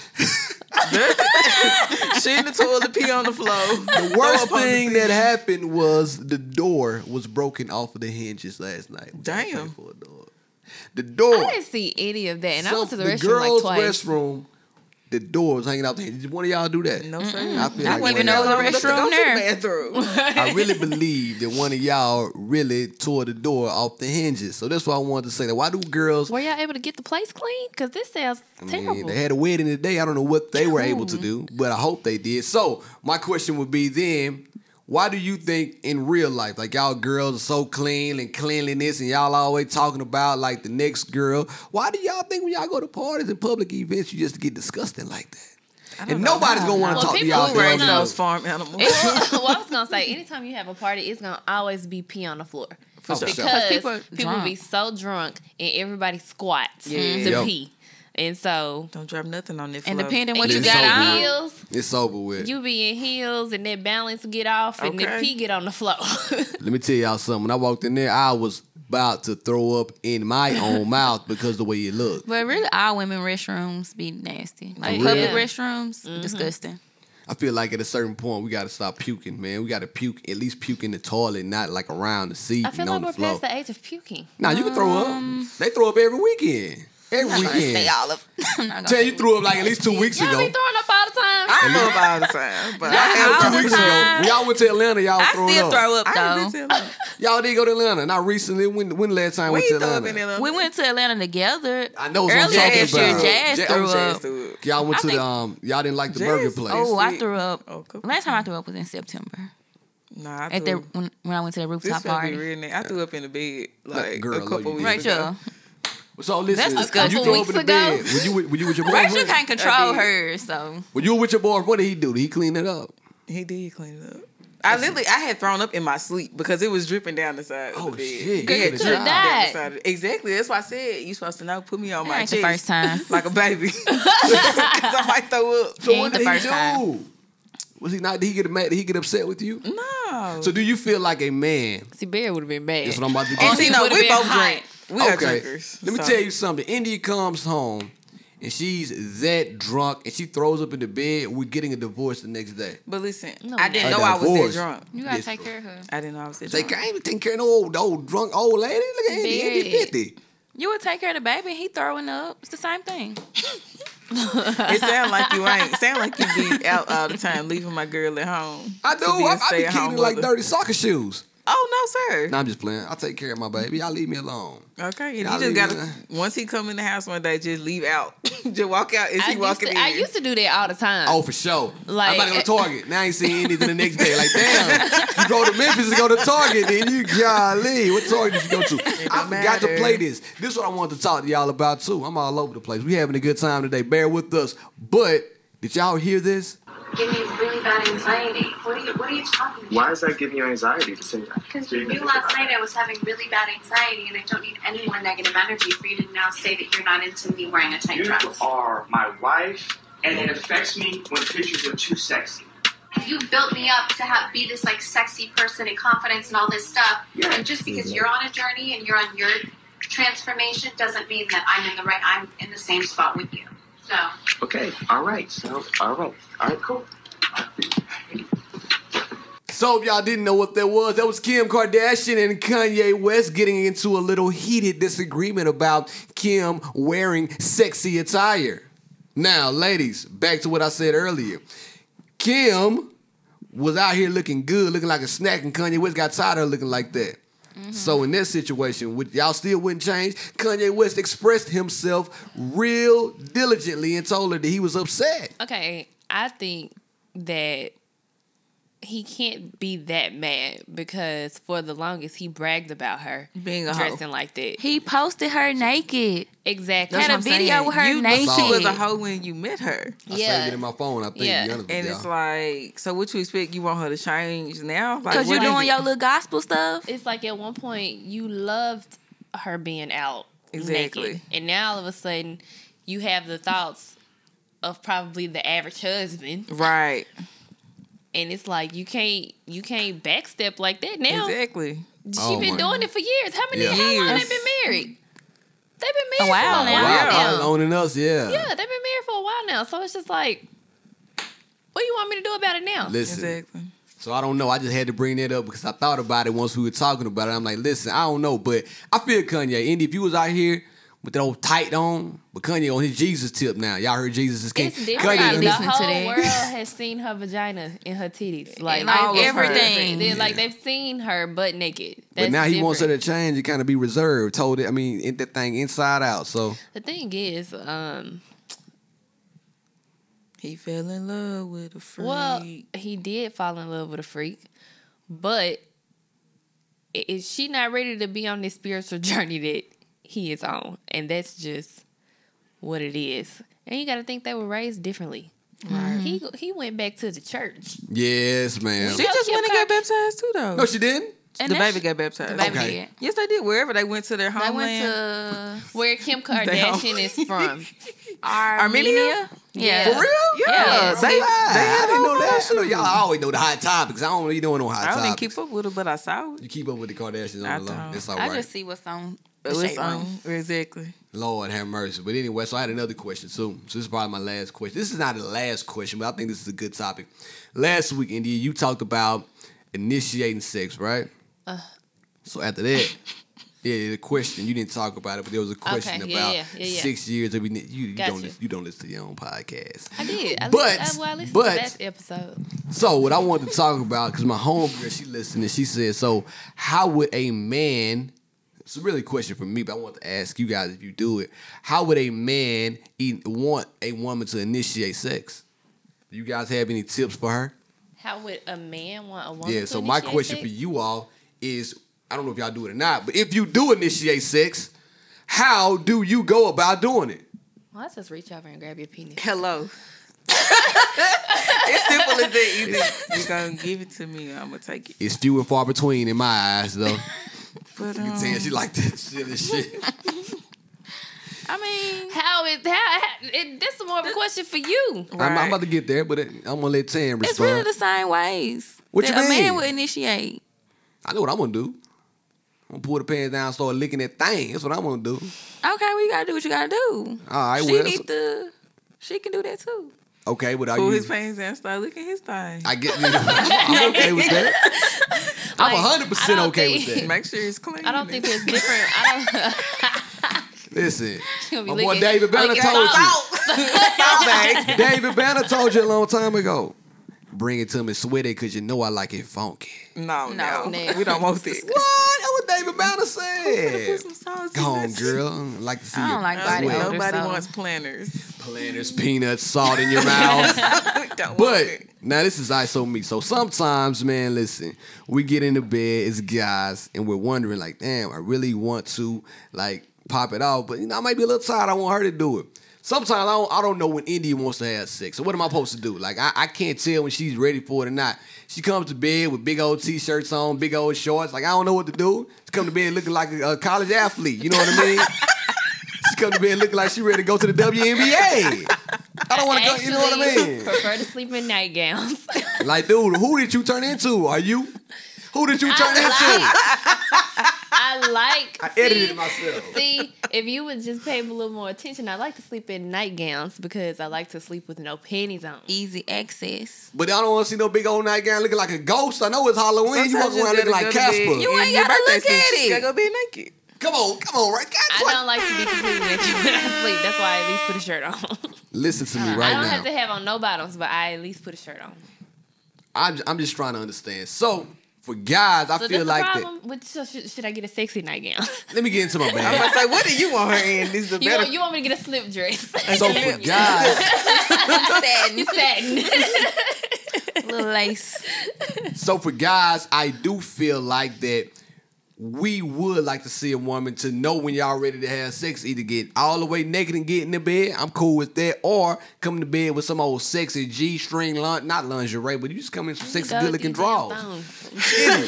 Speaker 5: Shit in the toilet, pee on the floor.
Speaker 2: The worst thing that happened was the door was broken off of the hinges last night. We gotta
Speaker 5: Damn.
Speaker 2: pay for a door. The door.
Speaker 6: I didn't see any of that, and I
Speaker 2: Some-
Speaker 6: went to the, restroom like
Speaker 2: girls'
Speaker 6: twice.
Speaker 2: restroom. The door was hanging out the hinges. Did one of y'all do that?
Speaker 5: No, sir.
Speaker 2: I feel
Speaker 4: I
Speaker 2: like
Speaker 4: wouldn't
Speaker 2: one
Speaker 4: even
Speaker 2: of
Speaker 4: know
Speaker 2: y'all-
Speaker 4: the restroom there.
Speaker 5: bathroom.
Speaker 2: I really believe that one of y'all really tore the door off the hinges. So that's why I wanted to say that. Why do girls?
Speaker 6: Were y'all able to get the place clean? Because this sounds
Speaker 2: I mean,
Speaker 6: terrible.
Speaker 2: they had a wedding today. I don't know what they were able to do, but I hope they did. So my question would be then, why do you think in real life, like y'all girls are so clean and cleanliness, and y'all always talking about like the next girl? Why do y'all think when y'all go to parties and public events, you just get disgusting like that? And nobody's gonna want
Speaker 6: Well,
Speaker 2: to talk to
Speaker 6: people
Speaker 2: y'all.
Speaker 6: who
Speaker 5: Who raised
Speaker 2: girls.
Speaker 5: those farm animals?
Speaker 6: It's- well, I was gonna say, anytime you have a party, it's gonna always be pee on the floor
Speaker 2: For sure.
Speaker 6: because people,
Speaker 4: people drunk.
Speaker 6: be so drunk and everybody squats to
Speaker 2: Yep.
Speaker 6: pee, and so
Speaker 5: Don't drop nothing on this.
Speaker 4: And
Speaker 5: floor.
Speaker 4: depending what
Speaker 6: and
Speaker 4: you
Speaker 2: It's so
Speaker 6: got on
Speaker 2: weird.
Speaker 4: got on,
Speaker 6: heels,
Speaker 2: It's over with.
Speaker 6: you be in heels, and that balance get off, and
Speaker 5: Okay.
Speaker 6: then pee get on the floor.
Speaker 2: Let me tell y'all something. When I walked in there, I was about to throw up in my own mouth because the way it looked.
Speaker 4: but really, all women restrooms be nasty. Like
Speaker 2: For
Speaker 6: real?
Speaker 4: public restrooms,
Speaker 6: Mm-hmm.
Speaker 4: disgusting.
Speaker 2: I feel like at a certain point we gotta stop puking, man. We gotta puke, at least puke in the toilet, not like around the seat
Speaker 6: I feel
Speaker 2: and
Speaker 6: like
Speaker 2: on
Speaker 6: we're
Speaker 2: the floor.
Speaker 6: past um, the age of puking.
Speaker 2: Nah, you can throw up. They throw up every weekend. Every weekend.
Speaker 4: all of. I'm not gonna
Speaker 2: Tell
Speaker 4: say
Speaker 2: you threw up like at least two weeks
Speaker 6: Y'all
Speaker 2: ago.
Speaker 6: be throwing up all the time.
Speaker 5: I don't know about all the time, but I have
Speaker 4: all
Speaker 5: thrown
Speaker 2: Two
Speaker 4: the
Speaker 2: weeks
Speaker 5: up.
Speaker 2: ago.
Speaker 4: time.
Speaker 2: We all went to Atlanta, y'all
Speaker 4: I
Speaker 2: throwing
Speaker 4: still
Speaker 2: up.
Speaker 4: throw up
Speaker 5: I
Speaker 4: though.
Speaker 5: ain't been telling.
Speaker 2: Y'all did go to Atlanta. Not recently. When when last time
Speaker 5: We
Speaker 2: went to
Speaker 5: ain't throw up
Speaker 2: Atlanta?
Speaker 5: in there.
Speaker 4: We went to Atlanta together.
Speaker 2: I know what I'm
Speaker 4: earlier
Speaker 2: talking
Speaker 4: this year.
Speaker 2: about.
Speaker 4: Jazz
Speaker 2: Ja-
Speaker 4: threw
Speaker 5: Jazz
Speaker 4: up.
Speaker 5: threw up.
Speaker 2: Y'all went
Speaker 4: I
Speaker 2: to
Speaker 4: think-
Speaker 2: the um y'all didn't like the
Speaker 5: Jazz-
Speaker 2: burger place.
Speaker 4: Oh, I
Speaker 5: Sick.
Speaker 4: threw up.
Speaker 5: Oh, cool.
Speaker 4: Last time I threw up was in September
Speaker 5: Nah, I
Speaker 4: at
Speaker 5: threw
Speaker 4: the
Speaker 5: up.
Speaker 4: when, when I went to the
Speaker 5: This
Speaker 4: rooftop
Speaker 5: gonna be
Speaker 4: party.
Speaker 5: real now. I threw up in the bed like
Speaker 2: girl, I
Speaker 5: a
Speaker 2: know you
Speaker 5: couple weeks
Speaker 2: did.
Speaker 5: ago.
Speaker 4: Rachel,
Speaker 2: So listen,
Speaker 4: That's
Speaker 2: when you
Speaker 4: disgusting.
Speaker 2: throw up
Speaker 6: Weeks
Speaker 2: in the
Speaker 6: ago?
Speaker 2: bed, when you with- when you with your
Speaker 4: Rachel
Speaker 2: boyfriend,
Speaker 4: can't control
Speaker 5: did.
Speaker 4: her, so
Speaker 2: when you were with your boy, what did he do? Did he clean it up?
Speaker 5: He did clean it up. I literally, I had thrown up in my sleep because it was dripping down the side.
Speaker 2: Oh,
Speaker 5: of the bed.
Speaker 2: shit.
Speaker 5: It
Speaker 2: You
Speaker 5: had
Speaker 2: could've
Speaker 5: dripped down the
Speaker 6: died.
Speaker 5: side of- Exactly. That's why I said you supposed to know. Put me on
Speaker 4: that
Speaker 5: my
Speaker 4: ain't
Speaker 5: chest
Speaker 4: the first time.
Speaker 5: like a baby. 'Cause I might throw up.
Speaker 2: So
Speaker 4: He
Speaker 2: what
Speaker 4: ain't
Speaker 2: did
Speaker 4: the
Speaker 2: he
Speaker 4: first
Speaker 2: do?
Speaker 4: time.
Speaker 2: Was he not? Did he get mad? Did he get upset with you?
Speaker 5: Mm-hmm. No.
Speaker 2: So do you feel like a man?
Speaker 6: See, Barry would have been
Speaker 2: That's
Speaker 6: bad.
Speaker 2: what I'm about to
Speaker 5: and
Speaker 2: do.
Speaker 5: see, no,
Speaker 6: would've
Speaker 5: we
Speaker 6: been
Speaker 5: both
Speaker 6: hot.
Speaker 5: drink. We are
Speaker 2: Okay,
Speaker 5: drinkers.
Speaker 2: let me
Speaker 5: so-
Speaker 2: tell you something. Indy comes home and she's that drunk and she throws up in the bed. We're getting a divorce the next day.
Speaker 5: But listen,
Speaker 6: No,
Speaker 5: I didn't
Speaker 2: no.
Speaker 5: know I was that
Speaker 2: Divorce.
Speaker 5: drunk.
Speaker 4: you gotta
Speaker 2: Yes,
Speaker 4: take
Speaker 2: bro.
Speaker 4: care of her.
Speaker 5: I didn't know I was that
Speaker 2: They
Speaker 5: drunk.
Speaker 2: can't even take care of no old, old drunk old lady. Look at Indy, Indy
Speaker 6: Big.
Speaker 2: fifty.
Speaker 4: You would take care of the baby. He throwing up. It's the same thing.
Speaker 5: It sound like you ain't. Sound like you be out all the time, leaving my girl at home.
Speaker 2: I
Speaker 5: to
Speaker 2: do.
Speaker 5: a
Speaker 2: I, I be
Speaker 5: stay-at-home
Speaker 2: kidding like
Speaker 5: mother.
Speaker 2: dirty soccer shoes.
Speaker 5: Oh no, sir.
Speaker 2: No, I'm just playing. I take care of my baby. Y'all leave me alone.
Speaker 5: Okay,
Speaker 2: Y'all
Speaker 5: and you
Speaker 2: leave
Speaker 5: just gotta
Speaker 2: it
Speaker 5: once he come in the house one day, just leave out, just walk out. Is
Speaker 6: I
Speaker 5: he
Speaker 6: used,
Speaker 5: walking
Speaker 6: to,
Speaker 5: in?
Speaker 6: I used to do that all the time.
Speaker 2: Oh, for sure. I'm
Speaker 6: Like-
Speaker 2: about to go to Target. Now I ain't seeing anything the next day. Like, damn, you go to Memphis and go to Target, then you golly, what Target did you go to? I forgot to
Speaker 5: matter.
Speaker 2: play this. This is what I wanted to talk to y'all about too. I'm all over the place. We having a good time today. Bear with us. But did y'all hear this?
Speaker 3: giving me really bad anxiety. What are you What are you talking about?
Speaker 7: Why is that giving you anxiety to sing that?
Speaker 3: Because you knew last night I was having really bad anxiety, and I don't need any more negative energy for you to now say that you're not into me wearing a tight
Speaker 7: You
Speaker 3: dress.
Speaker 7: are my wife, and it affects me when pictures are too sexy.
Speaker 3: You built me up to have be this like sexy person and confidence and all this stuff,
Speaker 7: Yeah.
Speaker 3: and just because you're on a journey and you're on your transformation doesn't mean that I'm in the right. I'm in the same spot with you. So
Speaker 7: Okay, all right, so, all right, all right, cool.
Speaker 2: So if y'all didn't know what that was, that was Kim Kardashian and Kanye West getting into a little heated disagreement about Kim wearing sexy attire. Now, ladies, back to what I said earlier. Kim was out here looking good, looking like a snack, and Kanye West got tired of her looking like that.
Speaker 6: Mm-hmm.
Speaker 2: So in that situation, would y'all still wouldn't change? Kanye West expressed himself real diligently and told her that he was upset.
Speaker 6: Okay, I think that he can't be that mad because for the longest he bragged about her
Speaker 5: Being a hoe.
Speaker 6: dressing like that.
Speaker 4: He posted her naked.
Speaker 6: Exactly.
Speaker 4: Had a
Speaker 5: I'm
Speaker 4: video
Speaker 5: saying.
Speaker 4: with her
Speaker 5: you
Speaker 4: naked.
Speaker 5: knew she was a hoe when you met her.
Speaker 2: I
Speaker 6: Yeah.
Speaker 2: saved it in my phone. I think.
Speaker 6: Yeah.
Speaker 2: to be honest with
Speaker 5: And
Speaker 2: y'all.
Speaker 5: it's like, so what you expect? You want her to change now? Like,
Speaker 4: Because
Speaker 5: what
Speaker 4: you're
Speaker 5: is
Speaker 4: doing
Speaker 5: it?
Speaker 4: your little gospel stuff.
Speaker 6: it's like at one point you loved her being out
Speaker 5: Exactly.
Speaker 6: naked. and now all of a sudden you have the thoughts of probably the average husband,
Speaker 5: right.
Speaker 6: and it's like you can't you can't backstep like that now.
Speaker 5: Exactly.
Speaker 6: She
Speaker 2: Oh
Speaker 6: been
Speaker 2: my-
Speaker 6: doing it for years. How many?
Speaker 2: Yeah.
Speaker 6: How long
Speaker 5: Years.
Speaker 6: they been married? They've
Speaker 4: A
Speaker 6: been married
Speaker 4: while
Speaker 6: for a
Speaker 4: now.
Speaker 6: while
Speaker 5: Yeah.
Speaker 6: now.
Speaker 2: Wow, owning us, yeah.
Speaker 6: Yeah, they've been married for a while now. So it's just like, what do you want me to do about it now?
Speaker 2: Listen,
Speaker 5: Exactly.
Speaker 2: so I don't know. I just had to bring that up because I thought about it once we were talking about it. I'm like, listen, I don't know, but I feel Kanye. Indy, if you was out here with that old tight on, but Kanye on his Jesus tip now. Y'all heard Jesus is king.
Speaker 6: It's different.
Speaker 2: Kanye,
Speaker 4: I
Speaker 6: the
Speaker 4: listening to
Speaker 6: whole
Speaker 4: that.
Speaker 6: world has seen her vagina and her titties. Like,
Speaker 5: all of
Speaker 4: Like
Speaker 5: her.
Speaker 4: everything.
Speaker 6: they, like they've seen her butt naked.
Speaker 2: but
Speaker 6: That's
Speaker 2: now he wants her
Speaker 6: different.
Speaker 2: to change and kind of be reserved. Told it. I mean, it- that thing inside out. So
Speaker 6: The thing is, um,
Speaker 5: He fell in love with a freak.
Speaker 6: well, he did fall in love with a freak, but i- is she not ready to be on this spiritual journey that he is on? And that's just what it is. And you got to think they were raised differently. He he went back to the church.
Speaker 2: yes, ma'am.
Speaker 5: she just
Speaker 6: Kim
Speaker 5: went and got baptized too, though.
Speaker 2: no, she didn't.
Speaker 4: And
Speaker 5: the
Speaker 4: that's-
Speaker 5: baby got baptized.
Speaker 4: Baby
Speaker 2: Okay.
Speaker 4: did.
Speaker 5: Yes, they did. Wherever they went to their
Speaker 4: I
Speaker 5: homeland.
Speaker 4: went to
Speaker 6: where Kim Kardashian is from.
Speaker 4: Armenia.
Speaker 5: Armenia?
Speaker 4: Yeah.
Speaker 6: For real?
Speaker 5: Yeah,
Speaker 4: Yes.
Speaker 5: they,
Speaker 2: They lied. I
Speaker 5: had
Speaker 2: didn't
Speaker 5: a
Speaker 2: know
Speaker 5: whole
Speaker 2: that. I know
Speaker 5: issue.
Speaker 2: y'all always know the hot topics. I don't really know no hot
Speaker 5: I don't even
Speaker 2: topics.
Speaker 5: keep up with it, but I saw it.
Speaker 2: you keep up with the Kardashians
Speaker 5: I
Speaker 2: on the low.
Speaker 5: don't.
Speaker 2: It's all right.
Speaker 4: I just see what's on the
Speaker 5: It was
Speaker 4: shade room.
Speaker 5: on exactly.
Speaker 2: Lord have mercy. But anyway, so I had another question too. So this is probably my last question. This is not the last question, but I think this is a good topic. Last week, India, you talked about initiating sex, right?
Speaker 6: Uh.
Speaker 2: so after that, yeah, the question you didn't talk about it, but there was a question
Speaker 6: Okay, yeah,
Speaker 2: about
Speaker 6: yeah, yeah, yeah.
Speaker 2: six years of you. You
Speaker 6: Got
Speaker 2: don't
Speaker 6: you.
Speaker 2: lis- you don't listen to your own podcast.
Speaker 6: I did. I
Speaker 2: But-
Speaker 6: listened, I, well, I listened
Speaker 2: but-
Speaker 6: to that episode.
Speaker 2: So what I wanted to talk about, because my homegirl, she listened and she said, so how would a man, it's really a question for me, but I want to ask you guys if you do it, how would a man e- want a woman to initiate sex? Do you guys have any tips for her?
Speaker 6: How would a man want a woman?
Speaker 2: Yeah,
Speaker 6: to
Speaker 2: so my
Speaker 6: initiate
Speaker 2: question for
Speaker 6: sex?
Speaker 2: you all is, I don't know if y'all do it or not, but if you do initiate sex, how do you go about doing it?
Speaker 6: Well, let's just reach over and grab your penis.
Speaker 5: Hello. it's simple as that. Either you gonna give it to me, or I'm gonna take it.
Speaker 2: It's few and far between in my eyes, though.
Speaker 5: But
Speaker 2: You
Speaker 5: um,
Speaker 2: can tell she like that silly shit.
Speaker 5: I mean,
Speaker 6: How is how? how it, this is more of a question for you.
Speaker 2: I'm, I'm
Speaker 5: Right.
Speaker 2: about to get there, but it, I'm gonna let Tam respond.
Speaker 4: It's really the same ways.
Speaker 2: What
Speaker 4: that
Speaker 2: you
Speaker 4: a man
Speaker 2: mean?
Speaker 4: would initiate.
Speaker 2: I know what I'm gonna do. I'm gonna pull the pants down, and start licking that thing. That's what I'm gonna do.
Speaker 4: Okay, well you gotta do what you gotta do.
Speaker 2: All right,
Speaker 4: she
Speaker 2: well,
Speaker 4: need to she can do that too.
Speaker 2: okay, but are
Speaker 5: pull
Speaker 2: you?
Speaker 5: his pants down, start licking his thigh.
Speaker 2: I get. I'm okay with that. I'm
Speaker 6: Like,
Speaker 2: hundred
Speaker 6: I
Speaker 2: percent
Speaker 6: don't
Speaker 2: okay
Speaker 6: think-
Speaker 2: with that.
Speaker 5: Make sure it's clean.
Speaker 6: I don't think there's different. I don't.
Speaker 2: Listen,
Speaker 6: gonna be
Speaker 2: my boy
Speaker 6: licking-
Speaker 2: David Banner
Speaker 6: licking
Speaker 2: told
Speaker 6: your
Speaker 2: you. David Banner told you a long time ago. Bring it to me sweaty, cause you know I like it funky.
Speaker 5: No,
Speaker 4: No,
Speaker 5: no,
Speaker 6: nasty.
Speaker 5: we don't want it.
Speaker 2: What? That's what David Banner
Speaker 5: Put
Speaker 2: said.
Speaker 5: some sauce in
Speaker 2: Go on,
Speaker 5: that
Speaker 2: girl. I like to see
Speaker 4: I
Speaker 2: your
Speaker 4: don't like body
Speaker 2: sweat.
Speaker 4: odor.
Speaker 5: Nobody
Speaker 4: so-
Speaker 5: wants planners.
Speaker 2: planters, peanuts, salt in your mouth.
Speaker 5: We don't want
Speaker 2: But
Speaker 5: it.
Speaker 2: now this is ISO me. So sometimes, man, listen, we get into bed as guys and we're wondering, like, damn, I really want to like pop it off, but you know, I might be a little tired. I want her to do it. Sometimes I don't, I don't know when India wants to have sex. So what am I supposed to do? Like I, I can't tell when she's ready for it or not. She comes to bed with big old t-shirts on, big old shorts. Like I don't know what to do. She come to bed looking like a, a college athlete. You know what I mean? she come to bed looking like she ready to go to the WNBA. I don't want to go. You know what I
Speaker 6: actually
Speaker 2: mean?
Speaker 6: Prefer to sleep in nightgowns.
Speaker 2: Like, dude, who did you turn into? Are you? Who did you turn into?
Speaker 6: I like.
Speaker 2: I
Speaker 6: see,
Speaker 2: edited myself.
Speaker 6: See, if you would just pay a little more attention, I like to sleep in nightgowns because I like to sleep with no panties on.
Speaker 4: Easy access.
Speaker 2: But I don't want to see no big old nightgown looking like a ghost. I know it's Halloween. you
Speaker 5: Sometimes
Speaker 2: walk around
Speaker 5: just
Speaker 2: looking like
Speaker 5: gotta go to
Speaker 2: Casper.
Speaker 5: bed.
Speaker 4: You
Speaker 5: And
Speaker 4: ain't
Speaker 5: your
Speaker 4: gotta
Speaker 5: birthday
Speaker 4: look
Speaker 5: suit,
Speaker 4: at
Speaker 5: you just
Speaker 4: it.
Speaker 5: gotta go be naked.
Speaker 2: Come on, come on, right?
Speaker 6: I
Speaker 2: God,
Speaker 6: don't like to be completely naked when I sleep. That's why I at least put a shirt on.
Speaker 2: Listen to me
Speaker 6: I
Speaker 2: right
Speaker 6: don't have
Speaker 2: now.
Speaker 6: to have on no bottoms, but I at least put a shirt on.
Speaker 2: I'm, I'm just trying to understand. So for guys, I
Speaker 6: So
Speaker 2: feel
Speaker 6: that's
Speaker 2: like
Speaker 6: the
Speaker 2: that.
Speaker 6: problem. With, so should, should I get a sexy nightgown?
Speaker 2: Let me get into my
Speaker 5: I'm
Speaker 2: bag.
Speaker 5: gonna say, what do you want her in? This is the
Speaker 6: you,
Speaker 5: better.
Speaker 6: want, you want me to get a slip dress?
Speaker 2: So for guys,
Speaker 6: you satin.
Speaker 4: Little lace.
Speaker 2: So for guys, I do feel like that we would like to see a woman to know when y'all ready to have sex, either get all the way naked and get in the bed, I'm cool with that, or come to bed with some old sexy G string lun not lingerie, but you just come in some sexy good looking drawers. Anyway,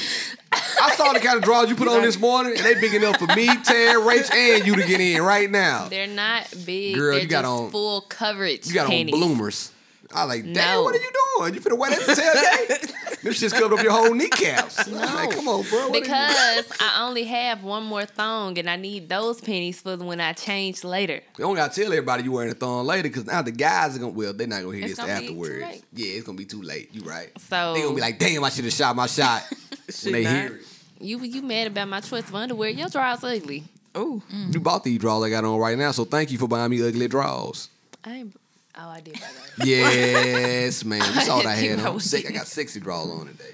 Speaker 2: I saw the kind of drawers you put on this morning, and they big enough for me, Tan, Rach, and you to get in right now.
Speaker 6: They're not big.
Speaker 2: Girl,
Speaker 6: They're
Speaker 2: you got
Speaker 6: just
Speaker 2: on-
Speaker 6: full coverage.
Speaker 2: You got
Speaker 6: panties.
Speaker 2: on bloomers. I like, damn,
Speaker 6: No.
Speaker 2: what are you doing? You finna wear that to tailgate? This shit's covered up your whole kneecaps. No. come on, bro. what are you
Speaker 6: Because I only have one more thong and I need those pennies for when I change later.
Speaker 2: You don't gotta tell everybody you wearing a thong later, cause now the guys are gonna well, they're not gonna hear
Speaker 4: It's
Speaker 2: this
Speaker 4: gonna be too
Speaker 2: afterwards.
Speaker 4: late.
Speaker 2: Yeah, it's gonna be too late. You right.
Speaker 6: So
Speaker 2: they gonna be like, damn, I should have shot my shot.
Speaker 5: She
Speaker 2: when they
Speaker 5: not.
Speaker 2: hear it.
Speaker 6: you you mad about my choice of underwear? Your drawers ugly.
Speaker 5: Ooh.
Speaker 2: You bought these draws I got on right now, so thank you for buying me ugly draws.
Speaker 6: I ain't. Oh, I did. buy those.
Speaker 2: Yes, man. That's all I had
Speaker 4: You
Speaker 2: on.
Speaker 4: know.
Speaker 2: Sick. I got sexy draws on today.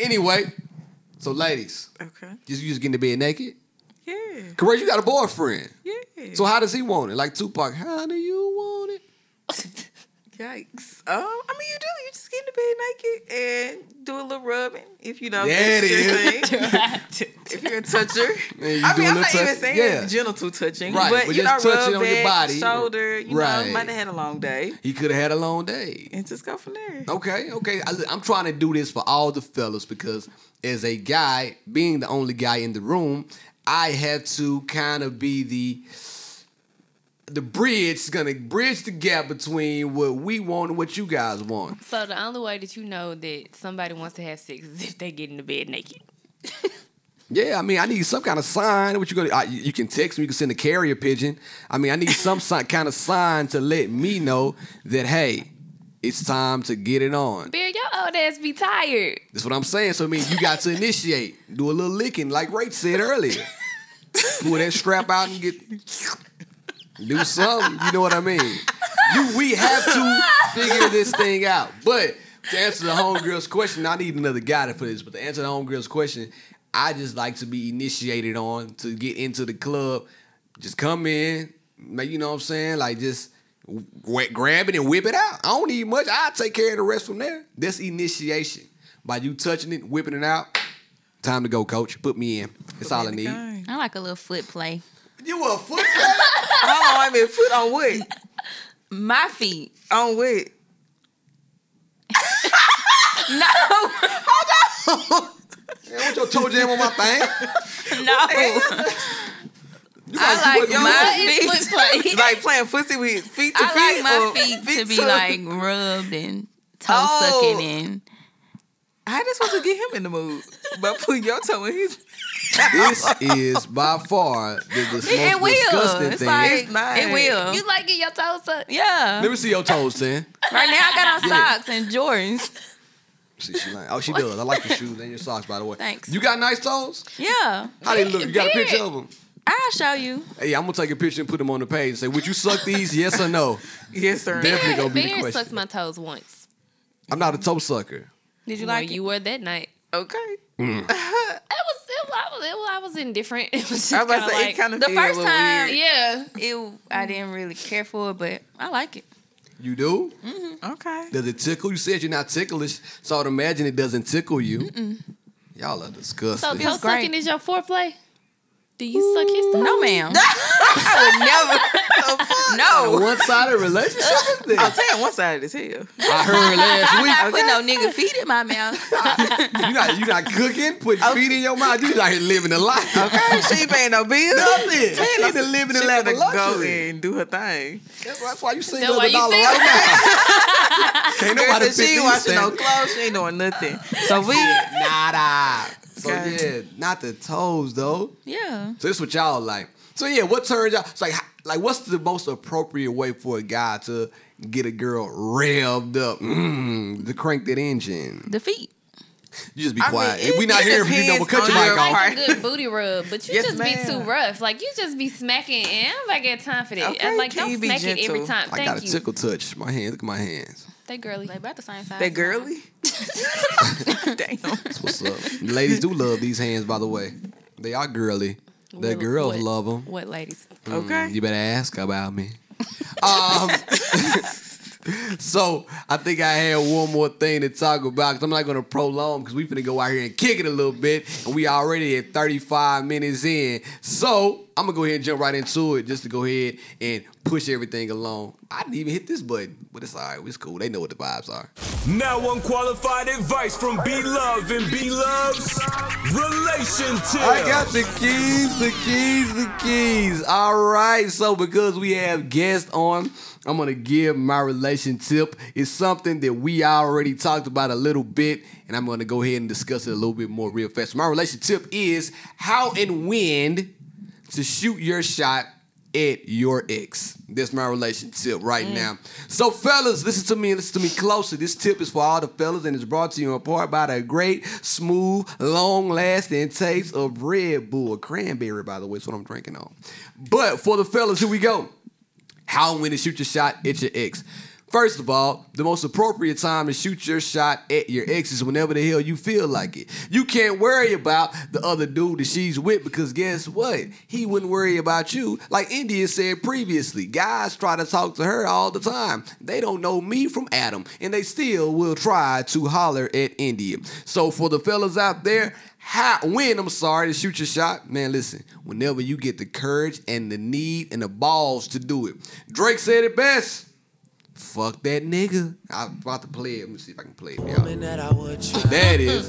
Speaker 2: Anyway, so ladies,
Speaker 5: Okay.
Speaker 2: just you just getting to bed naked.
Speaker 5: Yeah.
Speaker 2: Correct, you got a boyfriend.
Speaker 5: Yeah.
Speaker 2: So how does he want it? Like Tupac, how do you want it?
Speaker 5: Yikes. Um, I mean, you do. You just get in the bed naked and do a little rubbing if you know.
Speaker 2: Yeah,
Speaker 5: that's
Speaker 2: it
Speaker 5: your thing. if you're a toucher.
Speaker 2: Man, you
Speaker 5: I
Speaker 2: do a
Speaker 5: mean, I'm
Speaker 2: little
Speaker 5: not even
Speaker 2: touch-
Speaker 5: saying
Speaker 2: yeah.
Speaker 5: genital touching,
Speaker 2: Right,
Speaker 5: but,
Speaker 2: but
Speaker 5: you know,
Speaker 2: just touching
Speaker 5: rub
Speaker 2: on your
Speaker 5: back,
Speaker 2: body.
Speaker 5: shoulder. You know,
Speaker 2: Right.
Speaker 5: might have had a long day,
Speaker 2: He could have had a long day.
Speaker 5: and just go from there.
Speaker 2: Okay, okay. I, I'm trying to do this for all the fellas because as a guy, being the only guy in the room, I have to kind of be the the bridge is gonna bridge the gap between what we want and what you guys want.
Speaker 6: So the only way that you know that somebody wants to have sex is if they get in the bed naked.
Speaker 2: Yeah, I mean, I need some kind of sign. What you gonna? I, you can text me. You can send a carrier pigeon. I mean, I need some si- kind of sign to let me know that hey, it's time to get it on.
Speaker 6: Bear, your old ass be tired.
Speaker 2: That's what I'm saying. So I mean, you got to initiate, do a little licking, like Rach said earlier. Pull that strap out and get do something. You know what I mean? You, we have to figure this thing out. But to answer the homegirl's question, I need another guy for this. But to answer the homegirl's question, I just like to be initiated on to get into the club. Just come in, like, you know what I'm saying? Like just wh- grab it and whip it out. I don't need much. I will take care of the rest from there. That's initiation. By you touching it, whipping it out. Time to go, coach. Put me in. That's all I need.
Speaker 5: Dang.
Speaker 4: I like a little foot play.
Speaker 2: You a foot
Speaker 5: Hold on, I mean, foot on what?
Speaker 4: My feet.
Speaker 5: On what?
Speaker 2: Man, what your toe jam on my thing?
Speaker 4: No. I like my feet.
Speaker 5: Like playing footsie with feet to
Speaker 4: I
Speaker 5: feet.
Speaker 4: like my
Speaker 5: or
Speaker 4: feet to be
Speaker 5: to-
Speaker 4: like rubbed and toe
Speaker 5: Oh.
Speaker 4: sucking and
Speaker 5: How they supposed to get him in the mood? But put your toe in his.
Speaker 2: This is by far the, the most
Speaker 4: it will.
Speaker 2: disgusting
Speaker 4: It's
Speaker 2: thing.
Speaker 4: like
Speaker 5: It's not.
Speaker 4: it will.
Speaker 6: You like it, your toes up.
Speaker 4: yeah.
Speaker 2: Let me see your toes, Tan.
Speaker 4: Right now I got on
Speaker 2: Yeah.
Speaker 4: socks and Jordans.
Speaker 2: She, she like, oh, she does. I like your shoes and your socks, by the way.
Speaker 4: Thanks.
Speaker 2: You got nice toes?
Speaker 4: Yeah.
Speaker 2: How they look? You got a picture of them?
Speaker 4: I'll show you.
Speaker 2: Hey, I'm gonna take a picture and put them on the page and say, would you suck these? yes or no?
Speaker 5: Yes, sir.
Speaker 2: Definitely
Speaker 6: Bear,
Speaker 2: gonna be the
Speaker 6: Bear
Speaker 2: question.
Speaker 6: sucked my toes once.
Speaker 2: I'm not a toe sucker.
Speaker 4: Did you
Speaker 6: Where
Speaker 4: like
Speaker 6: you were that night.
Speaker 5: Okay.
Speaker 6: It was, it, was- I was, it was, I was indifferent. It was just
Speaker 5: I was about
Speaker 6: kind
Speaker 5: to
Speaker 6: of
Speaker 5: say it
Speaker 6: like,
Speaker 5: kind of
Speaker 4: the first time-
Speaker 6: yeah.
Speaker 4: it? it? I didn't really care for it, but I like it.
Speaker 2: You do?
Speaker 5: Okay.
Speaker 2: Does it tickle? You said you're not ticklish, so I'd imagine it doesn't tickle you. Y'all are
Speaker 6: So
Speaker 2: disgusting.
Speaker 6: toe
Speaker 4: great.
Speaker 6: sucking is your foreplay? Do you suck his toes?
Speaker 4: No, ma'am. I would never. no.
Speaker 2: one sided relationship is this?
Speaker 5: I'm saying one side is hell.
Speaker 2: I heard
Speaker 4: I'm
Speaker 2: last week.
Speaker 4: not putting no nigga feet in my mouth.
Speaker 2: You not you not cooking, putting feet in your mouth. You out here living a life.
Speaker 5: Okay, she ain't paying no bills.
Speaker 2: Nothing.
Speaker 5: She
Speaker 2: She been living the life
Speaker 5: finna
Speaker 2: of
Speaker 5: go
Speaker 2: luxury.
Speaker 5: and do her thing.
Speaker 2: That's why- that's why you
Speaker 6: That's
Speaker 2: single
Speaker 6: why
Speaker 2: as a
Speaker 6: you
Speaker 2: dollar
Speaker 6: single.
Speaker 2: right now. Can't
Speaker 5: Girl,
Speaker 2: nobody fit
Speaker 5: said she ain't
Speaker 2: these
Speaker 5: washing no
Speaker 2: standards.
Speaker 5: clothes. She ain't doing nothing. So we
Speaker 2: Nada. So
Speaker 5: Okay.
Speaker 2: yeah, not the toes though.
Speaker 4: Yeah.
Speaker 2: So this what y'all like. So yeah, what turns out? So like, h- like what's the most appropriate way for a guy to get a girl revved up mm, to crank that engine?
Speaker 4: The feet.
Speaker 2: You just be
Speaker 5: I
Speaker 2: quiet.
Speaker 5: mean, it-
Speaker 2: we not
Speaker 5: it
Speaker 2: here if you
Speaker 5: depends
Speaker 2: don't cut your
Speaker 5: on
Speaker 2: mic
Speaker 5: your
Speaker 2: off.
Speaker 5: part.
Speaker 6: like a good booty rub, but you
Speaker 5: Yes,
Speaker 6: just
Speaker 5: ma'am.
Speaker 6: be too rough. Like you just be smacking, and I am like got time for that.
Speaker 5: Okay,
Speaker 6: I'm like
Speaker 5: can
Speaker 6: don't
Speaker 5: you be
Speaker 6: smack it
Speaker 5: gentle?
Speaker 6: every time.
Speaker 2: I
Speaker 6: Thank
Speaker 2: got a
Speaker 6: you.
Speaker 2: tickle touch. My hands. Look at my hands.
Speaker 6: They girly.
Speaker 4: They about the same size.
Speaker 5: That girly. Damn.
Speaker 2: What's up? Ladies do love these hands, by the way. They are girly. The
Speaker 6: What-
Speaker 2: girls
Speaker 6: what-
Speaker 2: love 'em. love them.
Speaker 6: What ladies?
Speaker 5: Okay.
Speaker 2: You better ask about me. um, so I think I had one more thing to talk about because I'm not gonna prolong because we finna go out here and kick it a little bit, and we already at 35 minutes in. So I'm gonna go ahead and jump right into it just to go ahead and push everything along. I didn't even hit this button, but it's all right. It's cool. They know what the vibes are.
Speaker 8: Now, unqualified advice from B Love and B Love's relationship.
Speaker 2: I got the keys, the keys, the keys. All right, so because we have guests on, I'm gonna give my relation tip. It's something that we already talked about a little bit, and I'm gonna go ahead and discuss it a little bit more real fast. My relation tip is how and when to shoot your shot at your ex. That's my relationship right now. So, fellas, listen to me and listen to me closely. This tip is for all the fellas and it's brought to you in part by the great, smooth, long lasting taste of Red Bull. Cranberry, by the way, is what I'm drinking on. But for the fellas, here we go how and when to shoot your shot at your ex. First of all, the most appropriate time to shoot your shot at your ex is whenever the hell you feel like it. You can't worry about the other dude that she's with because guess what? He wouldn't worry about you. Like India said previously, guys try to talk to her all the time. They don't know me from Adam, and they still will try to holler at India. So for the fellas out there, how when I'm sorry to shoot your shot, man. Listen, whenever you get the courage and the need and the balls to do it, Drake said it best. Fuck that nigga. I'm about to play it. Let me see if I can play it, y'all.
Speaker 1: Woman that I would try
Speaker 2: That is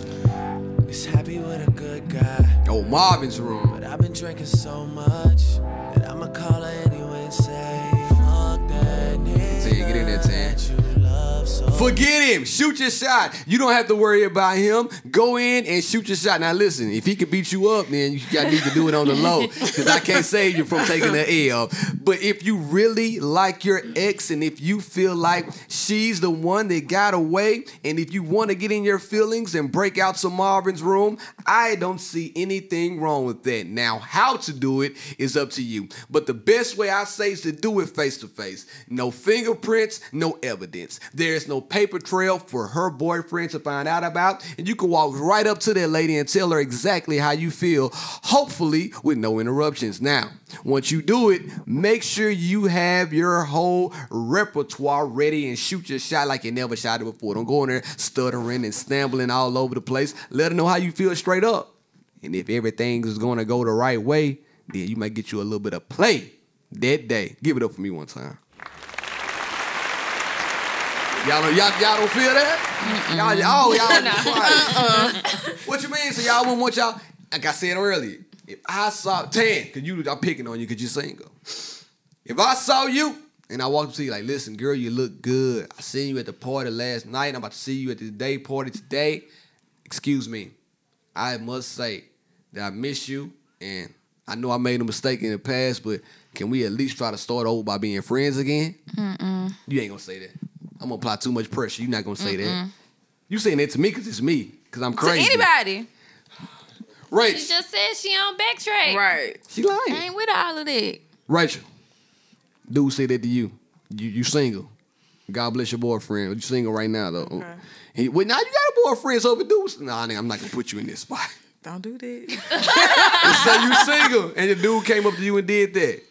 Speaker 1: is happy with a good guy.
Speaker 2: oh Marvin's room.
Speaker 1: But I've been drinking so much that I'ma call her anyway and say, Fuck that nigga.
Speaker 2: Tan, get in there, Tan.
Speaker 1: that you love so
Speaker 2: Forget him. Shoot your shot. You don't have to worry about him. Go in and shoot your shot. Now listen, if he can beat you up, then you got need to do it on the low because I can't save you from taking the L. But if you really like your ex and if you feel like she's the one that got away, and if you want to get in your feelings and break out some Marvin's room, I don't see anything wrong with that. Now, how to do it is up to you. But the best way I say is to do it face to face. No fingerprints, no evidence. There is no paper trail for her boyfriend to find out about. And you can walk right up to that lady and tell her exactly how you feel, hopefully with no interruptions. Now, once you do it, make sure you have your whole repertoire ready and shoot your shot like you never shot it before. Don't go in there stuttering and stumbling all over the place. Let her know how you feel straight up. And if everything is going to go the right way, then you might get you a little bit of play that day. Give it up for me one time. Y'all don't, y'all, y'all don't feel that? Y'all, y'all, y'all quiet. What you mean? So y'all wouldn't want y'all, like I said earlier, if I saw, Tan, because you, I'm picking on you because you're single. If I saw you and I walked up to you like, listen, girl, you look good. I seen you at the party last night. I'm about to see you at the day party today. Excuse me. I must say that I miss you, and I know I made a mistake in the past, but can we at least try to start over by being friends again? You ain't gonna say that. I'm gonna apply too much pressure. You're not gonna say that. You saying that to me because it's me, because I'm
Speaker 4: To
Speaker 2: crazy.
Speaker 4: anybody.
Speaker 6: She
Speaker 2: Rachel,
Speaker 6: just said she on backtrack.
Speaker 5: Right.
Speaker 2: she lying.
Speaker 4: Ain't with all of that.
Speaker 2: Rachel, dude say that to you. You you single. God bless your boyfriend. You single right now though. He, well, now you got a boyfriend, so if it dudes, nah, nigga, I'm not gonna put you in this spot.
Speaker 5: Don't do that.
Speaker 2: so you single, and the dude came up to you and did that.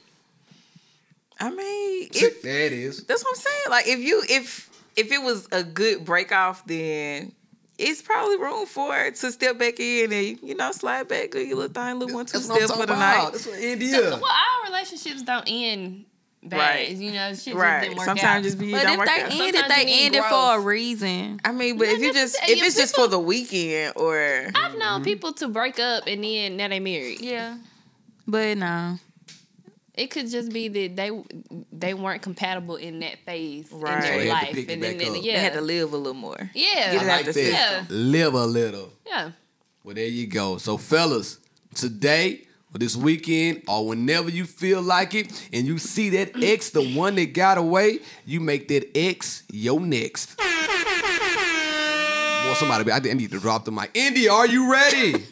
Speaker 5: I mean, if,
Speaker 2: Sick. There it is.
Speaker 5: that's what I'm saying. Like if you if if it was a good break off, then it's probably room for it to step back in and you know slide back, do your little thing, little one two
Speaker 2: That's what I'm
Speaker 5: step
Speaker 2: talking
Speaker 5: for the
Speaker 2: about.
Speaker 5: night.
Speaker 2: That's what India.
Speaker 6: Well, our relationships don't end bad.
Speaker 5: Right.
Speaker 6: You know, shit
Speaker 5: Right.
Speaker 6: just didn't work
Speaker 5: Sometimes
Speaker 6: out.
Speaker 5: just be-
Speaker 4: But
Speaker 5: don't
Speaker 4: if
Speaker 5: work
Speaker 4: they
Speaker 5: out.
Speaker 4: end it,
Speaker 6: Sometimes you
Speaker 4: they
Speaker 6: need
Speaker 4: end it for a
Speaker 6: growth.
Speaker 4: reason.
Speaker 5: I mean, but
Speaker 6: Not
Speaker 5: if you just if
Speaker 6: necessarily.
Speaker 5: it's just for the weekend or
Speaker 6: I've
Speaker 2: Mm-hmm.
Speaker 6: known people to break up and then now they married.
Speaker 4: Yeah. But no.
Speaker 6: It could just be that they they weren't compatible in that phase in
Speaker 5: Right. So
Speaker 6: their
Speaker 5: they
Speaker 2: had to
Speaker 6: life,
Speaker 2: pick it
Speaker 6: and then,
Speaker 2: back
Speaker 6: then-
Speaker 2: up.
Speaker 6: yeah,
Speaker 5: they had to live a little more.
Speaker 6: yeah,
Speaker 5: Get
Speaker 2: I
Speaker 5: it
Speaker 2: like that.
Speaker 5: out the
Speaker 6: system.
Speaker 2: Live a little.
Speaker 6: yeah.
Speaker 2: Well, there you go. So, fellas, today or this weekend or whenever you feel like it, and you see that ex, the one that got away, you make that ex your next. Boy, somebody, I I need to drop the mic. Indy, are you ready?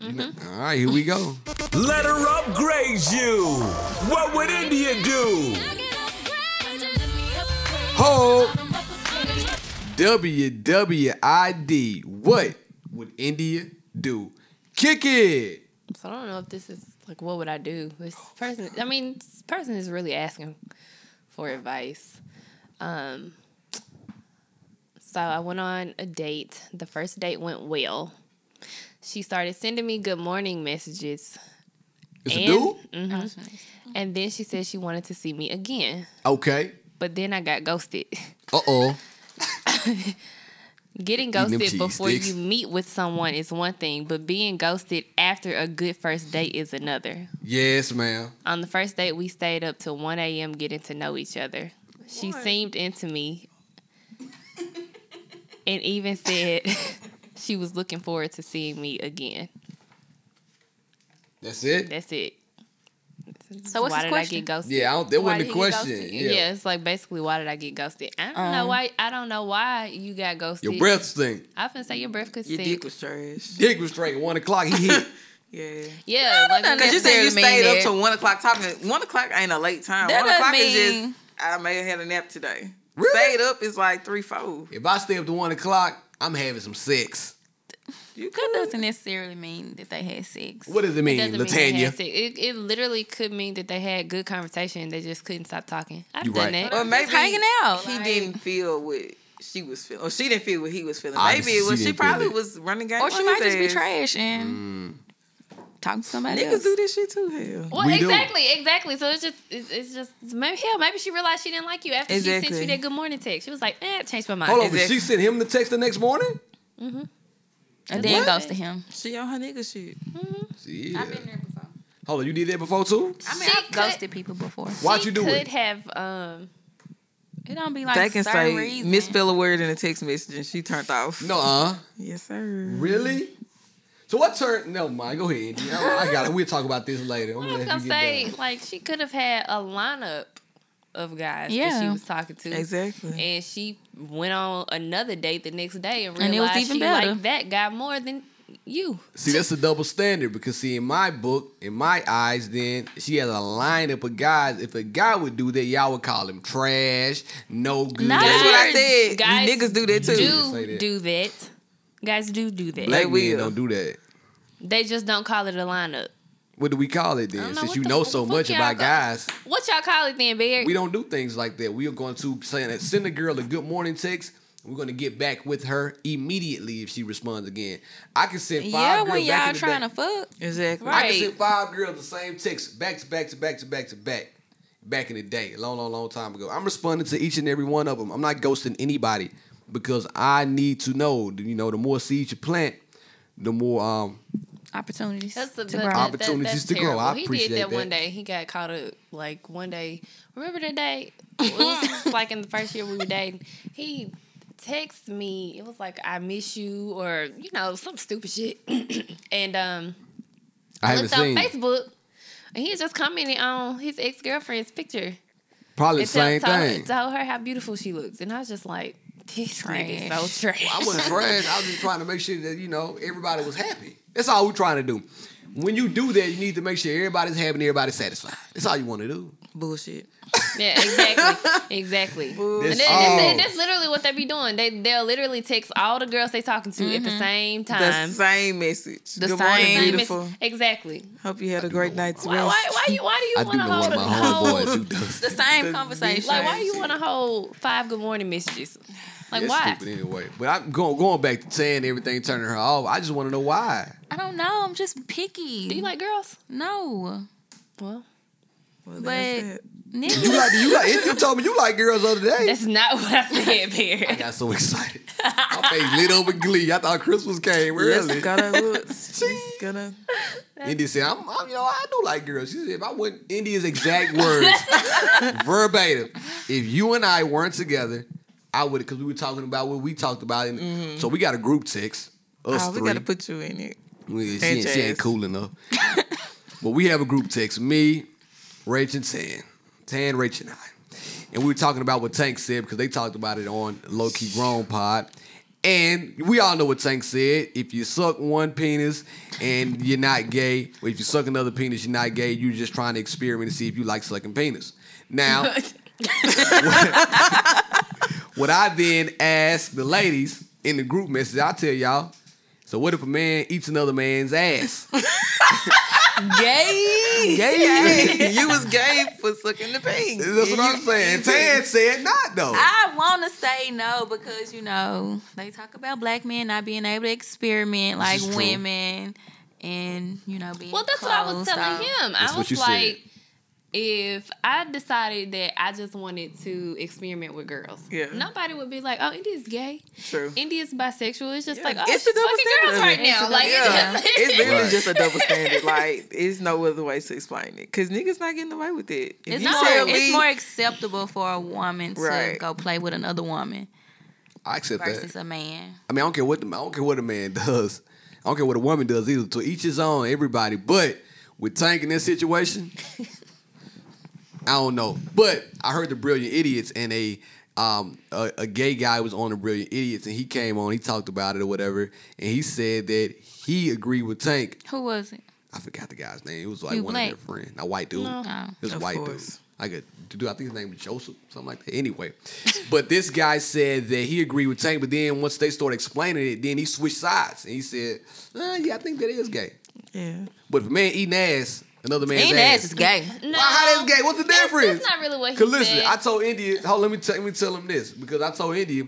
Speaker 2: All right, here we go.
Speaker 8: Let her upgrade you. What would India do?
Speaker 2: Ho! WWID. What would India do? Kick it!
Speaker 6: So I don't know if this is like what would I do? This person, I mean, this person is really asking for advice. Um, so I went on a date. The first date went well. She started sending me good morning messages,
Speaker 2: It's a
Speaker 6: And- Mm-hmm.
Speaker 2: dude?
Speaker 6: and then she said she wanted to see me again.
Speaker 2: Okay.
Speaker 6: But then I got ghosted.
Speaker 2: Uh oh.
Speaker 6: Getting
Speaker 2: them
Speaker 6: ghosted
Speaker 2: cheese
Speaker 6: before
Speaker 2: sticks.
Speaker 6: you meet with someone is one thing, but being ghosted after a good first date is another.
Speaker 2: Yes, ma'am.
Speaker 6: On the first date, we stayed up till 1 a.m. getting to know each other. She seemed into me and even said she was looking forward to seeing me again.
Speaker 2: That's it?
Speaker 6: That's it.
Speaker 4: So what's
Speaker 6: why
Speaker 4: his
Speaker 6: did I
Speaker 4: question?
Speaker 6: get ghosted?
Speaker 2: Yeah, I don't, that
Speaker 4: Why
Speaker 2: wasn't the
Speaker 4: did he go
Speaker 2: question.
Speaker 4: to-
Speaker 6: Yeah.
Speaker 2: Yeah.
Speaker 6: it's like basically why did I get ghosted? I don't know
Speaker 4: Um,
Speaker 6: why I don't know why you got ghosted.
Speaker 2: Your breath stink.
Speaker 6: I finna say your breath could
Speaker 5: Your
Speaker 6: stink.
Speaker 5: dick was trash.
Speaker 2: Dick was straight. One o'clock, he hit.
Speaker 5: Yeah.
Speaker 6: Yeah, like when
Speaker 5: Because you said you
Speaker 4: necessarily mean
Speaker 5: stayed up
Speaker 4: that.
Speaker 5: till one o'clock talking. One o'clock ain't a late time.
Speaker 4: That
Speaker 5: one o'clock
Speaker 4: doesn't
Speaker 5: is
Speaker 4: mean-
Speaker 5: just I may have had a nap today.
Speaker 2: Really?
Speaker 5: Stayed up is like three, four.
Speaker 2: if I stay up to one o'clock, I'm having some sex.
Speaker 5: You could
Speaker 4: That doesn't necessarily mean that they had sex.
Speaker 2: What does it mean,
Speaker 6: doesn't mean they had
Speaker 2: Latanya?
Speaker 6: sex. It, it literally could mean that they had good conversation. They just couldn't stop talking. I've
Speaker 2: You
Speaker 6: done
Speaker 2: right.
Speaker 6: that.
Speaker 5: Or maybe
Speaker 4: hanging out,
Speaker 5: He
Speaker 4: like-
Speaker 5: didn't feel what she was feeling. Or she didn't feel what he was feeling.
Speaker 2: Obviously,
Speaker 5: maybe it
Speaker 2: she
Speaker 5: was she,
Speaker 2: didn't feel
Speaker 5: probably
Speaker 2: it.
Speaker 5: was running game.
Speaker 4: Or she
Speaker 5: on
Speaker 4: might
Speaker 5: his
Speaker 4: just be
Speaker 5: ass.
Speaker 4: trash and talking to somebody
Speaker 5: Mm. Niggas
Speaker 4: else.
Speaker 5: do this shit too. Hell.
Speaker 6: Well,
Speaker 2: We do.
Speaker 6: exactly, exactly. So it's just, it's, it's just maybe hell. Maybe she realized she didn't like you after she sent
Speaker 5: Exactly.
Speaker 6: you that good morning text. She was like, eh, changed my mind.
Speaker 2: Hold on, but
Speaker 5: Exactly.
Speaker 2: she sent him the text the next morning?
Speaker 4: And then
Speaker 6: What?
Speaker 4: ghosted him.
Speaker 5: She on her nigga shit.
Speaker 2: Yeah.
Speaker 4: there before.
Speaker 2: Hold on, you did that before too?
Speaker 4: I mean,
Speaker 6: She
Speaker 4: I've
Speaker 6: could-
Speaker 4: ghosted people before.
Speaker 2: Why'd
Speaker 6: She
Speaker 2: you do
Speaker 6: could
Speaker 2: it?
Speaker 6: have. Um,
Speaker 4: It don't be like
Speaker 5: they can
Speaker 4: certain
Speaker 5: say
Speaker 4: reason.
Speaker 5: misspell a word in a text message and she turned off.
Speaker 2: No, uh.
Speaker 5: Yes, sir.
Speaker 2: Really? So what turn? No, mind. Go ahead. Andy. I, I got it. We'll talk about this later. I'm
Speaker 6: I was
Speaker 2: let
Speaker 6: gonna
Speaker 2: you get
Speaker 6: say
Speaker 2: done.
Speaker 6: like she could have had a lineup of guys that she
Speaker 4: Yeah.
Speaker 6: was talking to.
Speaker 5: Exactly.
Speaker 6: And she went on another date the next day and realized
Speaker 4: And it was even
Speaker 6: she
Speaker 4: better.
Speaker 6: liked that guy more than you.
Speaker 2: See, that's a double standard because see, in my book, in my eyes, then she has a lineup of guys. If a guy would do that, y'all would call him trash, no good.
Speaker 4: Not
Speaker 5: That's what I
Speaker 6: Guys-
Speaker 5: said.
Speaker 6: guys
Speaker 5: niggas do that too.
Speaker 2: just say
Speaker 6: Do
Speaker 2: that.
Speaker 6: do that. Guys do do that.
Speaker 2: Black
Speaker 5: They
Speaker 2: men
Speaker 5: will.
Speaker 2: don't do that.
Speaker 6: They just don't call it a lineup.
Speaker 2: What do we call it
Speaker 6: I don't
Speaker 2: then?
Speaker 6: know
Speaker 2: Since
Speaker 6: what
Speaker 2: you
Speaker 6: the
Speaker 2: know
Speaker 6: fuck-
Speaker 2: so
Speaker 6: fuck
Speaker 2: much
Speaker 6: y'all
Speaker 2: about
Speaker 6: call-
Speaker 2: guys,
Speaker 6: What y'all call it then, Barry?
Speaker 2: we don't do things like that. We are going to send, send a girl a good morning text. We're going to get back with her immediately if she responds again. I can send five
Speaker 4: Yeah,
Speaker 2: girls
Speaker 4: when
Speaker 2: back
Speaker 4: y'all
Speaker 2: in the
Speaker 4: trying
Speaker 2: day.
Speaker 4: to fuck.
Speaker 5: Exactly.
Speaker 6: Right.
Speaker 2: I can send five girls the same text back to back to back to back to back. Back in the day, a long, long, long time ago. I'm responding to each and every one of them. I'm not ghosting anybody because I need to know. You know, the more seeds you plant, the more um
Speaker 4: Opportunities
Speaker 6: That's the
Speaker 4: to
Speaker 6: but
Speaker 4: grow.
Speaker 6: that- that-
Speaker 2: Opportunities
Speaker 6: that's
Speaker 2: to grow.
Speaker 6: terrible.
Speaker 2: I
Speaker 6: He
Speaker 2: appreciate
Speaker 6: did that, one
Speaker 2: that.
Speaker 6: day. He got caught up. Like one day, remember that day? It was like in the first year we were dating. He texted me. It was like I miss you, or you know, some stupid shit. and um,
Speaker 2: I haven't
Speaker 6: looked on
Speaker 2: seen
Speaker 6: Facebook, and he had just commented on his ex girlfriend's picture.
Speaker 2: probably the
Speaker 6: and tell-
Speaker 2: same
Speaker 6: told,
Speaker 2: thing.
Speaker 6: told her how beautiful she looks, and I was just like, "This nigga
Speaker 4: Trash.
Speaker 6: so trash."
Speaker 2: I wasn't trash. I was just trying to make sure that you know everybody was happy. That's all we're trying to do. When you do that, you need to make sure everybody's happy and everybody's satisfied. That's all you want to do.
Speaker 5: Bullshit.
Speaker 6: Yeah, exactly, exactly.
Speaker 2: That's
Speaker 6: And that-
Speaker 2: all.
Speaker 6: that's, that's literally what they be doing. They they'll literally text all the girls they talking to at the same
Speaker 5: The
Speaker 6: time.
Speaker 5: same message.
Speaker 4: The
Speaker 5: Good
Speaker 4: same
Speaker 5: morning,
Speaker 6: Same
Speaker 5: beautiful.
Speaker 6: as- exactly.
Speaker 5: Hope you had a great night's
Speaker 6: Why,
Speaker 5: rest.
Speaker 6: why why you why do
Speaker 2: I
Speaker 6: you
Speaker 2: do know
Speaker 6: want
Speaker 2: one
Speaker 6: to
Speaker 2: of my
Speaker 6: hold
Speaker 2: homeboys
Speaker 6: hold
Speaker 2: who does.
Speaker 4: the
Speaker 2: that.
Speaker 4: same conversation.
Speaker 6: like why you want to hold five good morning messages? Like
Speaker 2: That's
Speaker 6: why?
Speaker 2: stupid anyway. But I'm going going back to saying everything turning her off. I just want to know why.
Speaker 4: I don't know. I'm just picky.
Speaker 6: Do you like girls?
Speaker 4: No.
Speaker 6: Well,
Speaker 5: Well, that's
Speaker 4: But-
Speaker 5: it.
Speaker 2: You
Speaker 4: Niggas.
Speaker 2: like you like you told me you like girls the other day.
Speaker 6: that's not what I said,
Speaker 2: I
Speaker 6: Barry.
Speaker 2: got so excited. My face lit up with glee. I thought Christmas came
Speaker 5: Yes,
Speaker 2: early.
Speaker 5: gotta look. She's gonna.
Speaker 2: India said, I'm, I'm you know, I do like girls. She said if I wouldn't India's exact words verbatim. If you and I weren't together, I would because we were talking about what we talked about and so we got a group text. Us
Speaker 5: Oh, we
Speaker 2: three.
Speaker 5: gotta put you in it.
Speaker 2: Well, she, ain't, she ain't
Speaker 5: Sanchez.
Speaker 2: cool enough. but we have a group text, me, Rach, and Tan. Tan, Rach, and I. And we were talking about what Tank said because they talked about it on Low Key Grown Pod. And we all know what Tank said. If you suck one penis and you're not gay, or if you suck another penis, you're not gay, you're just trying to experiment and see if you like sucking penis. Now, What I then asked the ladies in the group message, I tell y'all. So what if a man eats another man's ass?
Speaker 4: Gay.
Speaker 5: Gay. you was gay for sucking the pink.
Speaker 2: That's what I'm saying. Tan said not though.
Speaker 4: I want to say no because you know they talk about black men not being able to experiment like
Speaker 2: is true.
Speaker 4: women, and you know being.
Speaker 6: Well, that's what I was
Speaker 4: closed
Speaker 6: telling
Speaker 4: off.
Speaker 6: him.
Speaker 2: That's
Speaker 6: I
Speaker 2: what
Speaker 6: was
Speaker 2: you said.
Speaker 6: like, if I decided that I just wanted to experiment with girls,
Speaker 5: Yeah.
Speaker 6: nobody would be like, "Oh, India's gay,
Speaker 5: True.
Speaker 6: India's bisexual." It's just
Speaker 5: Yeah.
Speaker 6: like, "Oh,
Speaker 5: It's
Speaker 6: it's
Speaker 5: a
Speaker 6: she's
Speaker 5: double
Speaker 6: fucking
Speaker 5: standard.
Speaker 6: girls right
Speaker 5: It's
Speaker 4: a
Speaker 6: now."
Speaker 4: double-
Speaker 6: Like,
Speaker 5: Yeah.
Speaker 6: it's, just,
Speaker 5: It's really
Speaker 2: Right.
Speaker 5: just a double standard. Like, it's no other way to explain it. Because niggas not getting away with it. If
Speaker 4: It's
Speaker 5: you
Speaker 4: more,
Speaker 5: tell me-
Speaker 4: it's more acceptable for a woman to
Speaker 5: Right.
Speaker 4: go play with another woman
Speaker 2: I accept that.
Speaker 4: versus a man.
Speaker 2: I mean, I don't care what the, I don't care what a man does. I don't care what a woman does either. To each his own, everybody. But with Tank in this situation, I don't know. But I heard the Brilliant Idiots and a um a, a gay guy was on the Brilliant Idiots and he came on. He talked about it or whatever, and he said that he agreed with Tank.
Speaker 4: Who was it?
Speaker 2: I forgot the guy's name. It was like
Speaker 4: You
Speaker 2: one
Speaker 4: black?
Speaker 2: of their friends, a white dude.
Speaker 4: Oh.
Speaker 2: This
Speaker 5: Of
Speaker 2: white
Speaker 5: course.
Speaker 2: dude. Like a dude, I think his name was Joseph, something like that. Anyway, but this guy said that he agreed with Tank, but then once they started explaining it, then he switched sides and he said, uh, "Yeah, I think that is gay."
Speaker 5: Yeah.
Speaker 2: But if a man eating ass, another man's
Speaker 4: Ain't
Speaker 2: ass,
Speaker 4: ass is gay.
Speaker 6: no,
Speaker 2: Why, how that's gay? What's the
Speaker 6: that's-
Speaker 2: difference?
Speaker 6: That's not really what he
Speaker 2: Cause listen,
Speaker 6: said.
Speaker 2: I told India. Hold, let me tell, let me tell him this because I told India,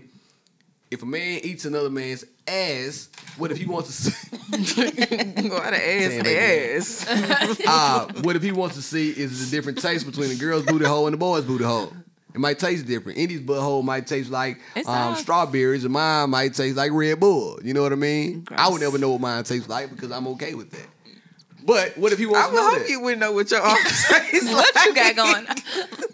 Speaker 2: if a man eats another man's ass, what if he wants to? See,
Speaker 5: What an
Speaker 2: baby.
Speaker 5: ass. ass.
Speaker 2: uh, what if he wants to see is the different taste between the girl's booty hole and the boy's booty hole? It might taste different. Indy's butthole might taste like
Speaker 4: It's
Speaker 2: um,
Speaker 4: all-
Speaker 2: strawberries, and mine might taste like Red Bull. You know what I mean? I would
Speaker 5: Gross.
Speaker 2: never know what mine tastes like because I'm okay with that. But what if he wants
Speaker 5: I
Speaker 2: to
Speaker 5: would
Speaker 2: know
Speaker 5: hope
Speaker 2: that?
Speaker 5: you wouldn't know what your arm tastes
Speaker 4: What you got going? on?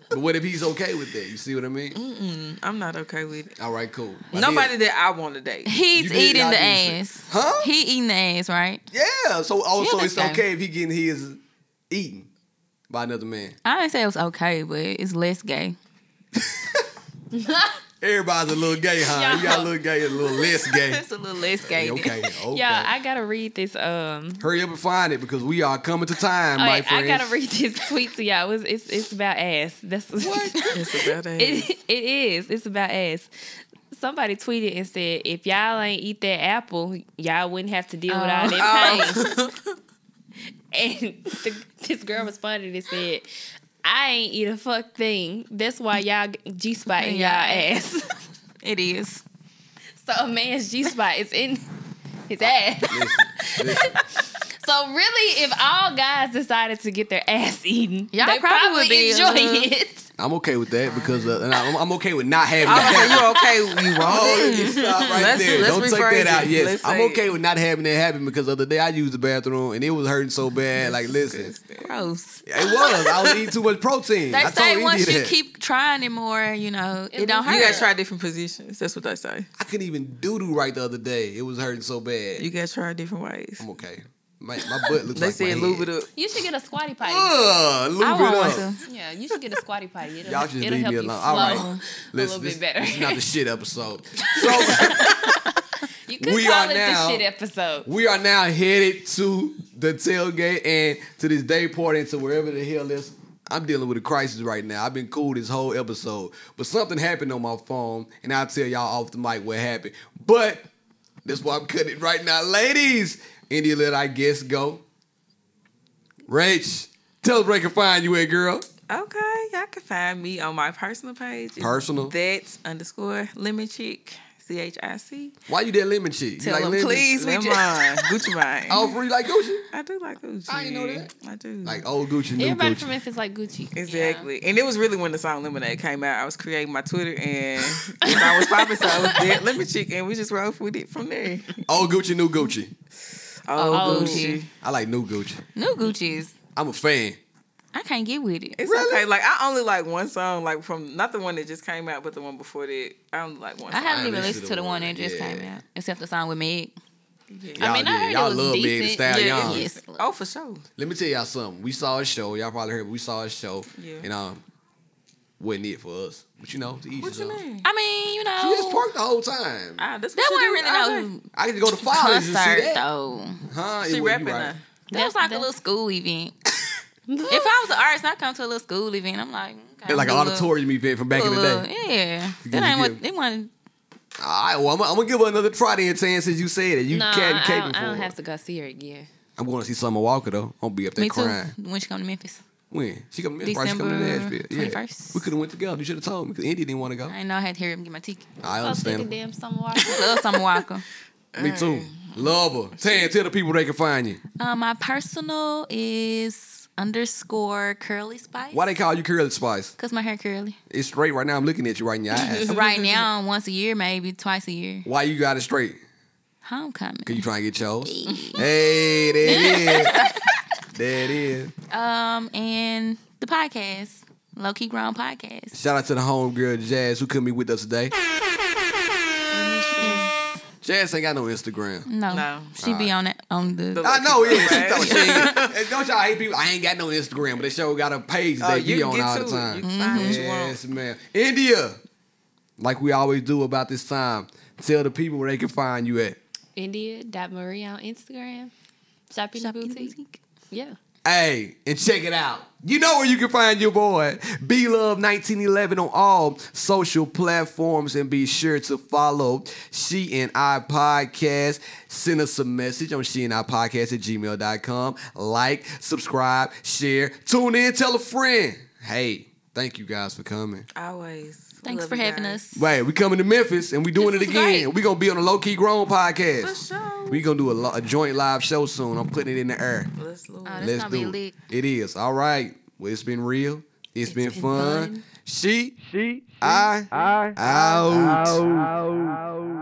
Speaker 2: But what if he's okay with that? You see what I mean?
Speaker 6: Mm.
Speaker 5: I'm not okay with it.
Speaker 2: All right, cool. I
Speaker 5: Nobody
Speaker 2: did-
Speaker 5: that I want to date.
Speaker 2: You
Speaker 4: He's
Speaker 2: did
Speaker 4: eating
Speaker 2: not
Speaker 4: the
Speaker 2: do shit.
Speaker 4: ass.
Speaker 2: Huh?
Speaker 4: He eating the ass, right?
Speaker 2: yeah. So also,
Speaker 4: Yeah,
Speaker 2: it's
Speaker 4: that's gay.
Speaker 2: okay if he getting his eaten by another man.
Speaker 4: I didn't say it was okay, but it's less gay.
Speaker 2: Everybody's a little gay, huh? You got a little gay, a little less gay.
Speaker 4: It's a little less gay. than-
Speaker 2: Okay, okay.
Speaker 6: yeah, I gotta read this. Um,
Speaker 2: Hurry up and find it because we are coming to time, my
Speaker 6: alright, I
Speaker 2: friend.
Speaker 6: gotta read this tweet to y'all. It's it's, it's about ass. That's what.
Speaker 5: It's about ass.
Speaker 6: It, it is. It's about ass. Somebody tweeted and said, if y'all ain't eat that apple, y'all wouldn't have to deal with all that pain. And the, this girl responded and said, I ain't eat a fuck thing. That's why y'all G spot in y'all ass.
Speaker 4: It is.
Speaker 6: So a man's G spot is in his ass.
Speaker 2: Listen,
Speaker 6: So really, if all guys decided to get their ass eaten,
Speaker 4: Y'all
Speaker 6: they
Speaker 4: probably
Speaker 6: probably,
Speaker 4: would be a
Speaker 6: enjoy
Speaker 4: little-
Speaker 6: it.
Speaker 2: I'm okay with that because uh, and I'm, I'm okay with not having.
Speaker 5: I'm
Speaker 2: that.
Speaker 5: gonna say you okay? You
Speaker 2: Oh,
Speaker 5: want
Speaker 2: you
Speaker 5: it?
Speaker 2: stop right
Speaker 5: Let's-
Speaker 2: there.
Speaker 5: let's
Speaker 2: Don't take
Speaker 5: rephrase
Speaker 2: that out.
Speaker 5: it.
Speaker 2: Yes,
Speaker 5: Let's
Speaker 2: I'm
Speaker 5: say
Speaker 2: okay with not having that happen because the other day I used the bathroom and it was hurting so bad. Like, listen,
Speaker 4: Gross.
Speaker 2: it was. I was eating too much protein.
Speaker 4: They
Speaker 2: I told
Speaker 4: say once
Speaker 2: India
Speaker 4: you
Speaker 2: that.
Speaker 4: keep trying it more, you know, it, don't hurt.
Speaker 5: You gotta try different positions. That's what they say.
Speaker 2: I couldn't even doo doo right the other day. It was hurting so bad.
Speaker 5: You gotta try different ways.
Speaker 2: I'm okay. My, my butt looks
Speaker 5: They
Speaker 2: like
Speaker 5: said
Speaker 2: my
Speaker 5: lube
Speaker 2: head.
Speaker 5: it up.
Speaker 6: You should get a squatty potty.
Speaker 2: Ugh, lube
Speaker 4: I
Speaker 2: it
Speaker 4: won't
Speaker 2: up.
Speaker 4: want to.
Speaker 6: Yeah, you should get a squatty potty. It'll,
Speaker 2: Y'all just
Speaker 6: it'll
Speaker 2: leave
Speaker 6: help
Speaker 2: me
Speaker 6: you
Speaker 2: alone.
Speaker 6: flow
Speaker 2: All right.
Speaker 6: a little
Speaker 2: this,
Speaker 6: bit better.
Speaker 2: This is not the shit episode. So.
Speaker 6: you could
Speaker 2: We
Speaker 6: call
Speaker 2: are
Speaker 6: it
Speaker 2: now-
Speaker 6: the shit episode.
Speaker 2: We are now headed to the tailgate and to this day party and to wherever the hell is. I'm dealing with a crisis right now. I've been cool this whole episode, but something happened on my phone, and I'll tell y'all off the mic what happened. But that's why I'm cutting it right now, ladies. India, let I guess go. Rach, tell us where they can find you at, girl.
Speaker 5: Okay, y'all can find me on my personal page. It's
Speaker 2: Personal?
Speaker 5: That's underscore lemon chick. C H I C.
Speaker 2: Why you that lemon chick?
Speaker 5: Tell
Speaker 2: you
Speaker 5: them,
Speaker 2: lemon?
Speaker 5: please, we just Gucci mine.
Speaker 2: Oh, for you like Gucci?
Speaker 5: I do like Gucci.
Speaker 2: I didn't know that.
Speaker 5: I do.
Speaker 2: Like old Gucci, new
Speaker 6: Everybody
Speaker 2: Gucci.
Speaker 6: from Memphis like Gucci.
Speaker 5: Exactly. And it was really when the song Lemonade came out. I was creating my Twitter and the song was popping, so I was dead lemon chick and we just rolled with it from there.
Speaker 2: Old Gucci, new Gucci.
Speaker 5: Oh,
Speaker 4: Oh,
Speaker 5: Gucci.
Speaker 4: Gucci.
Speaker 2: I like new Gucci.
Speaker 4: New Gucci's.
Speaker 2: I'm a fan.
Speaker 4: I can't get with it.
Speaker 5: It's okay. Like I only like one song, like from not the one that just came out, but the one before that. I only like one
Speaker 4: I
Speaker 5: song.
Speaker 4: haven't even
Speaker 2: listened
Speaker 4: listened
Speaker 2: to
Speaker 4: to the
Speaker 2: the
Speaker 4: one
Speaker 2: one,
Speaker 4: that just
Speaker 2: yeah.
Speaker 4: came out, except the song with Meg.
Speaker 2: Y'all,
Speaker 6: mean, I heard it
Speaker 2: y'all
Speaker 6: was
Speaker 2: love Meg Thee
Speaker 6: decent.
Speaker 2: Stallion.
Speaker 5: Yeah,
Speaker 2: Y'all-
Speaker 5: it
Speaker 4: Yes.
Speaker 5: oh, for sure.
Speaker 2: Let me tell y'all something. We saw a show. Y'all probably heard, but we saw a show,
Speaker 5: Yeah.
Speaker 2: and um, wasn't it for us? But you know, to each
Speaker 5: What
Speaker 2: his
Speaker 5: you
Speaker 2: own.
Speaker 5: mean?
Speaker 4: I mean, you
Speaker 2: She just
Speaker 4: know,
Speaker 2: parked the whole time.
Speaker 5: Ah, that's what
Speaker 4: that
Speaker 5: you
Speaker 4: wasn't
Speaker 5: do.
Speaker 4: really
Speaker 5: All right.
Speaker 4: no
Speaker 2: I could go to Follies and see
Speaker 4: concert
Speaker 2: that.
Speaker 4: though.
Speaker 2: Huh? It
Speaker 5: She
Speaker 2: was- you
Speaker 5: rapping
Speaker 2: right.
Speaker 5: now.
Speaker 4: That was like a
Speaker 6: That's-
Speaker 4: little school event. If I was an artist, I come to a little school event. I'm like, okay,
Speaker 2: Like an
Speaker 4: do a little-
Speaker 2: auditorium event from back in the
Speaker 4: do a
Speaker 2: day.
Speaker 4: little- Yeah,
Speaker 2: You
Speaker 4: that ain't
Speaker 2: give-
Speaker 4: what they want.
Speaker 2: All right, well, I'm, I'm gonna give her another try then, saying since you said it, you
Speaker 6: no,
Speaker 2: can't
Speaker 6: I, I,
Speaker 2: cater
Speaker 6: don't,
Speaker 2: for
Speaker 6: I don't
Speaker 2: it.
Speaker 6: have to go see her again.
Speaker 2: I'm going to see Summer Walker though. I'm gonna be up there
Speaker 4: Me too.
Speaker 2: crying.
Speaker 4: When she come to Memphis,
Speaker 2: When she come to Memphis, she come to
Speaker 4: December
Speaker 2: Nashville. Yeah,
Speaker 4: 21st.
Speaker 2: we could have went together. You should have told me because Indy didn't want to go.
Speaker 4: I ain't know I had to hear him get my ticket.
Speaker 2: I
Speaker 6: So sick of
Speaker 2: understand.
Speaker 6: damn Summer Walker.
Speaker 4: Love Summer Walker.
Speaker 2: Me too. Love her. Tan, tell the people they can find you.
Speaker 4: Uh, my personal is underscore curly spice.
Speaker 2: Why they call you Curly Spice?
Speaker 4: Cause my hair curly.
Speaker 2: It's straight right now. I'm looking at you right in your eyes.
Speaker 4: Right now, once a year, maybe twice a year.
Speaker 2: Why you got it straight?
Speaker 4: Homecoming.
Speaker 2: Cause you trying to get chose. hey, there it is. There it is.
Speaker 4: Um, and the podcast, Low Key Grown Podcast.
Speaker 2: Shout out to the homegirl Jazz who couldn't be with us today. Jazz ain't got no Instagram.
Speaker 4: No,
Speaker 5: No.
Speaker 4: she be on it on the.
Speaker 2: I know, yeah. She
Speaker 5: Right.
Speaker 2: thought she ain't- and don't y'all hate people? I ain't got no Instagram, but they sure got a page that
Speaker 5: Oh,
Speaker 2: be
Speaker 5: you can
Speaker 2: on
Speaker 5: get
Speaker 2: all
Speaker 5: to
Speaker 2: the
Speaker 5: it.
Speaker 2: time.
Speaker 5: You can find what you want.
Speaker 2: Yes, man. India, like we always do about this time, tell the people where they can find you at.
Speaker 6: India dot Marie on Instagram. Shopping,
Speaker 4: Shop
Speaker 6: boutique.
Speaker 4: boutique.
Speaker 6: Yeah.
Speaker 2: Hey, and check it out. You know where you can find your boy, B Love 1911 on all social platforms, and be sure to follow She and I Podcast. Send us a message on She and I Podcast at gmail.com. Like, subscribe, share, tune in, tell a friend. Hey, thank you guys for coming.
Speaker 5: Always.
Speaker 4: Thanks
Speaker 5: Love
Speaker 4: for
Speaker 5: you
Speaker 4: having
Speaker 5: guys.
Speaker 4: us.
Speaker 2: Wait, we coming to Memphis and we doing
Speaker 4: This
Speaker 2: it
Speaker 4: is
Speaker 2: again.
Speaker 4: great.
Speaker 2: We gonna be on the Low Key Grown
Speaker 5: For
Speaker 2: podcast.
Speaker 5: sure.
Speaker 2: We gonna do a, lo- a joint live show soon. I'm putting it in the air.
Speaker 5: Let's lose.
Speaker 4: Oh, this
Speaker 2: Let's
Speaker 4: gonna
Speaker 2: do
Speaker 4: be
Speaker 2: it. It
Speaker 4: lit.
Speaker 2: is. All right. Well, it's been real. it's been,
Speaker 6: been
Speaker 2: fun.
Speaker 6: fun.
Speaker 2: She, she, I, I, out.
Speaker 9: Out.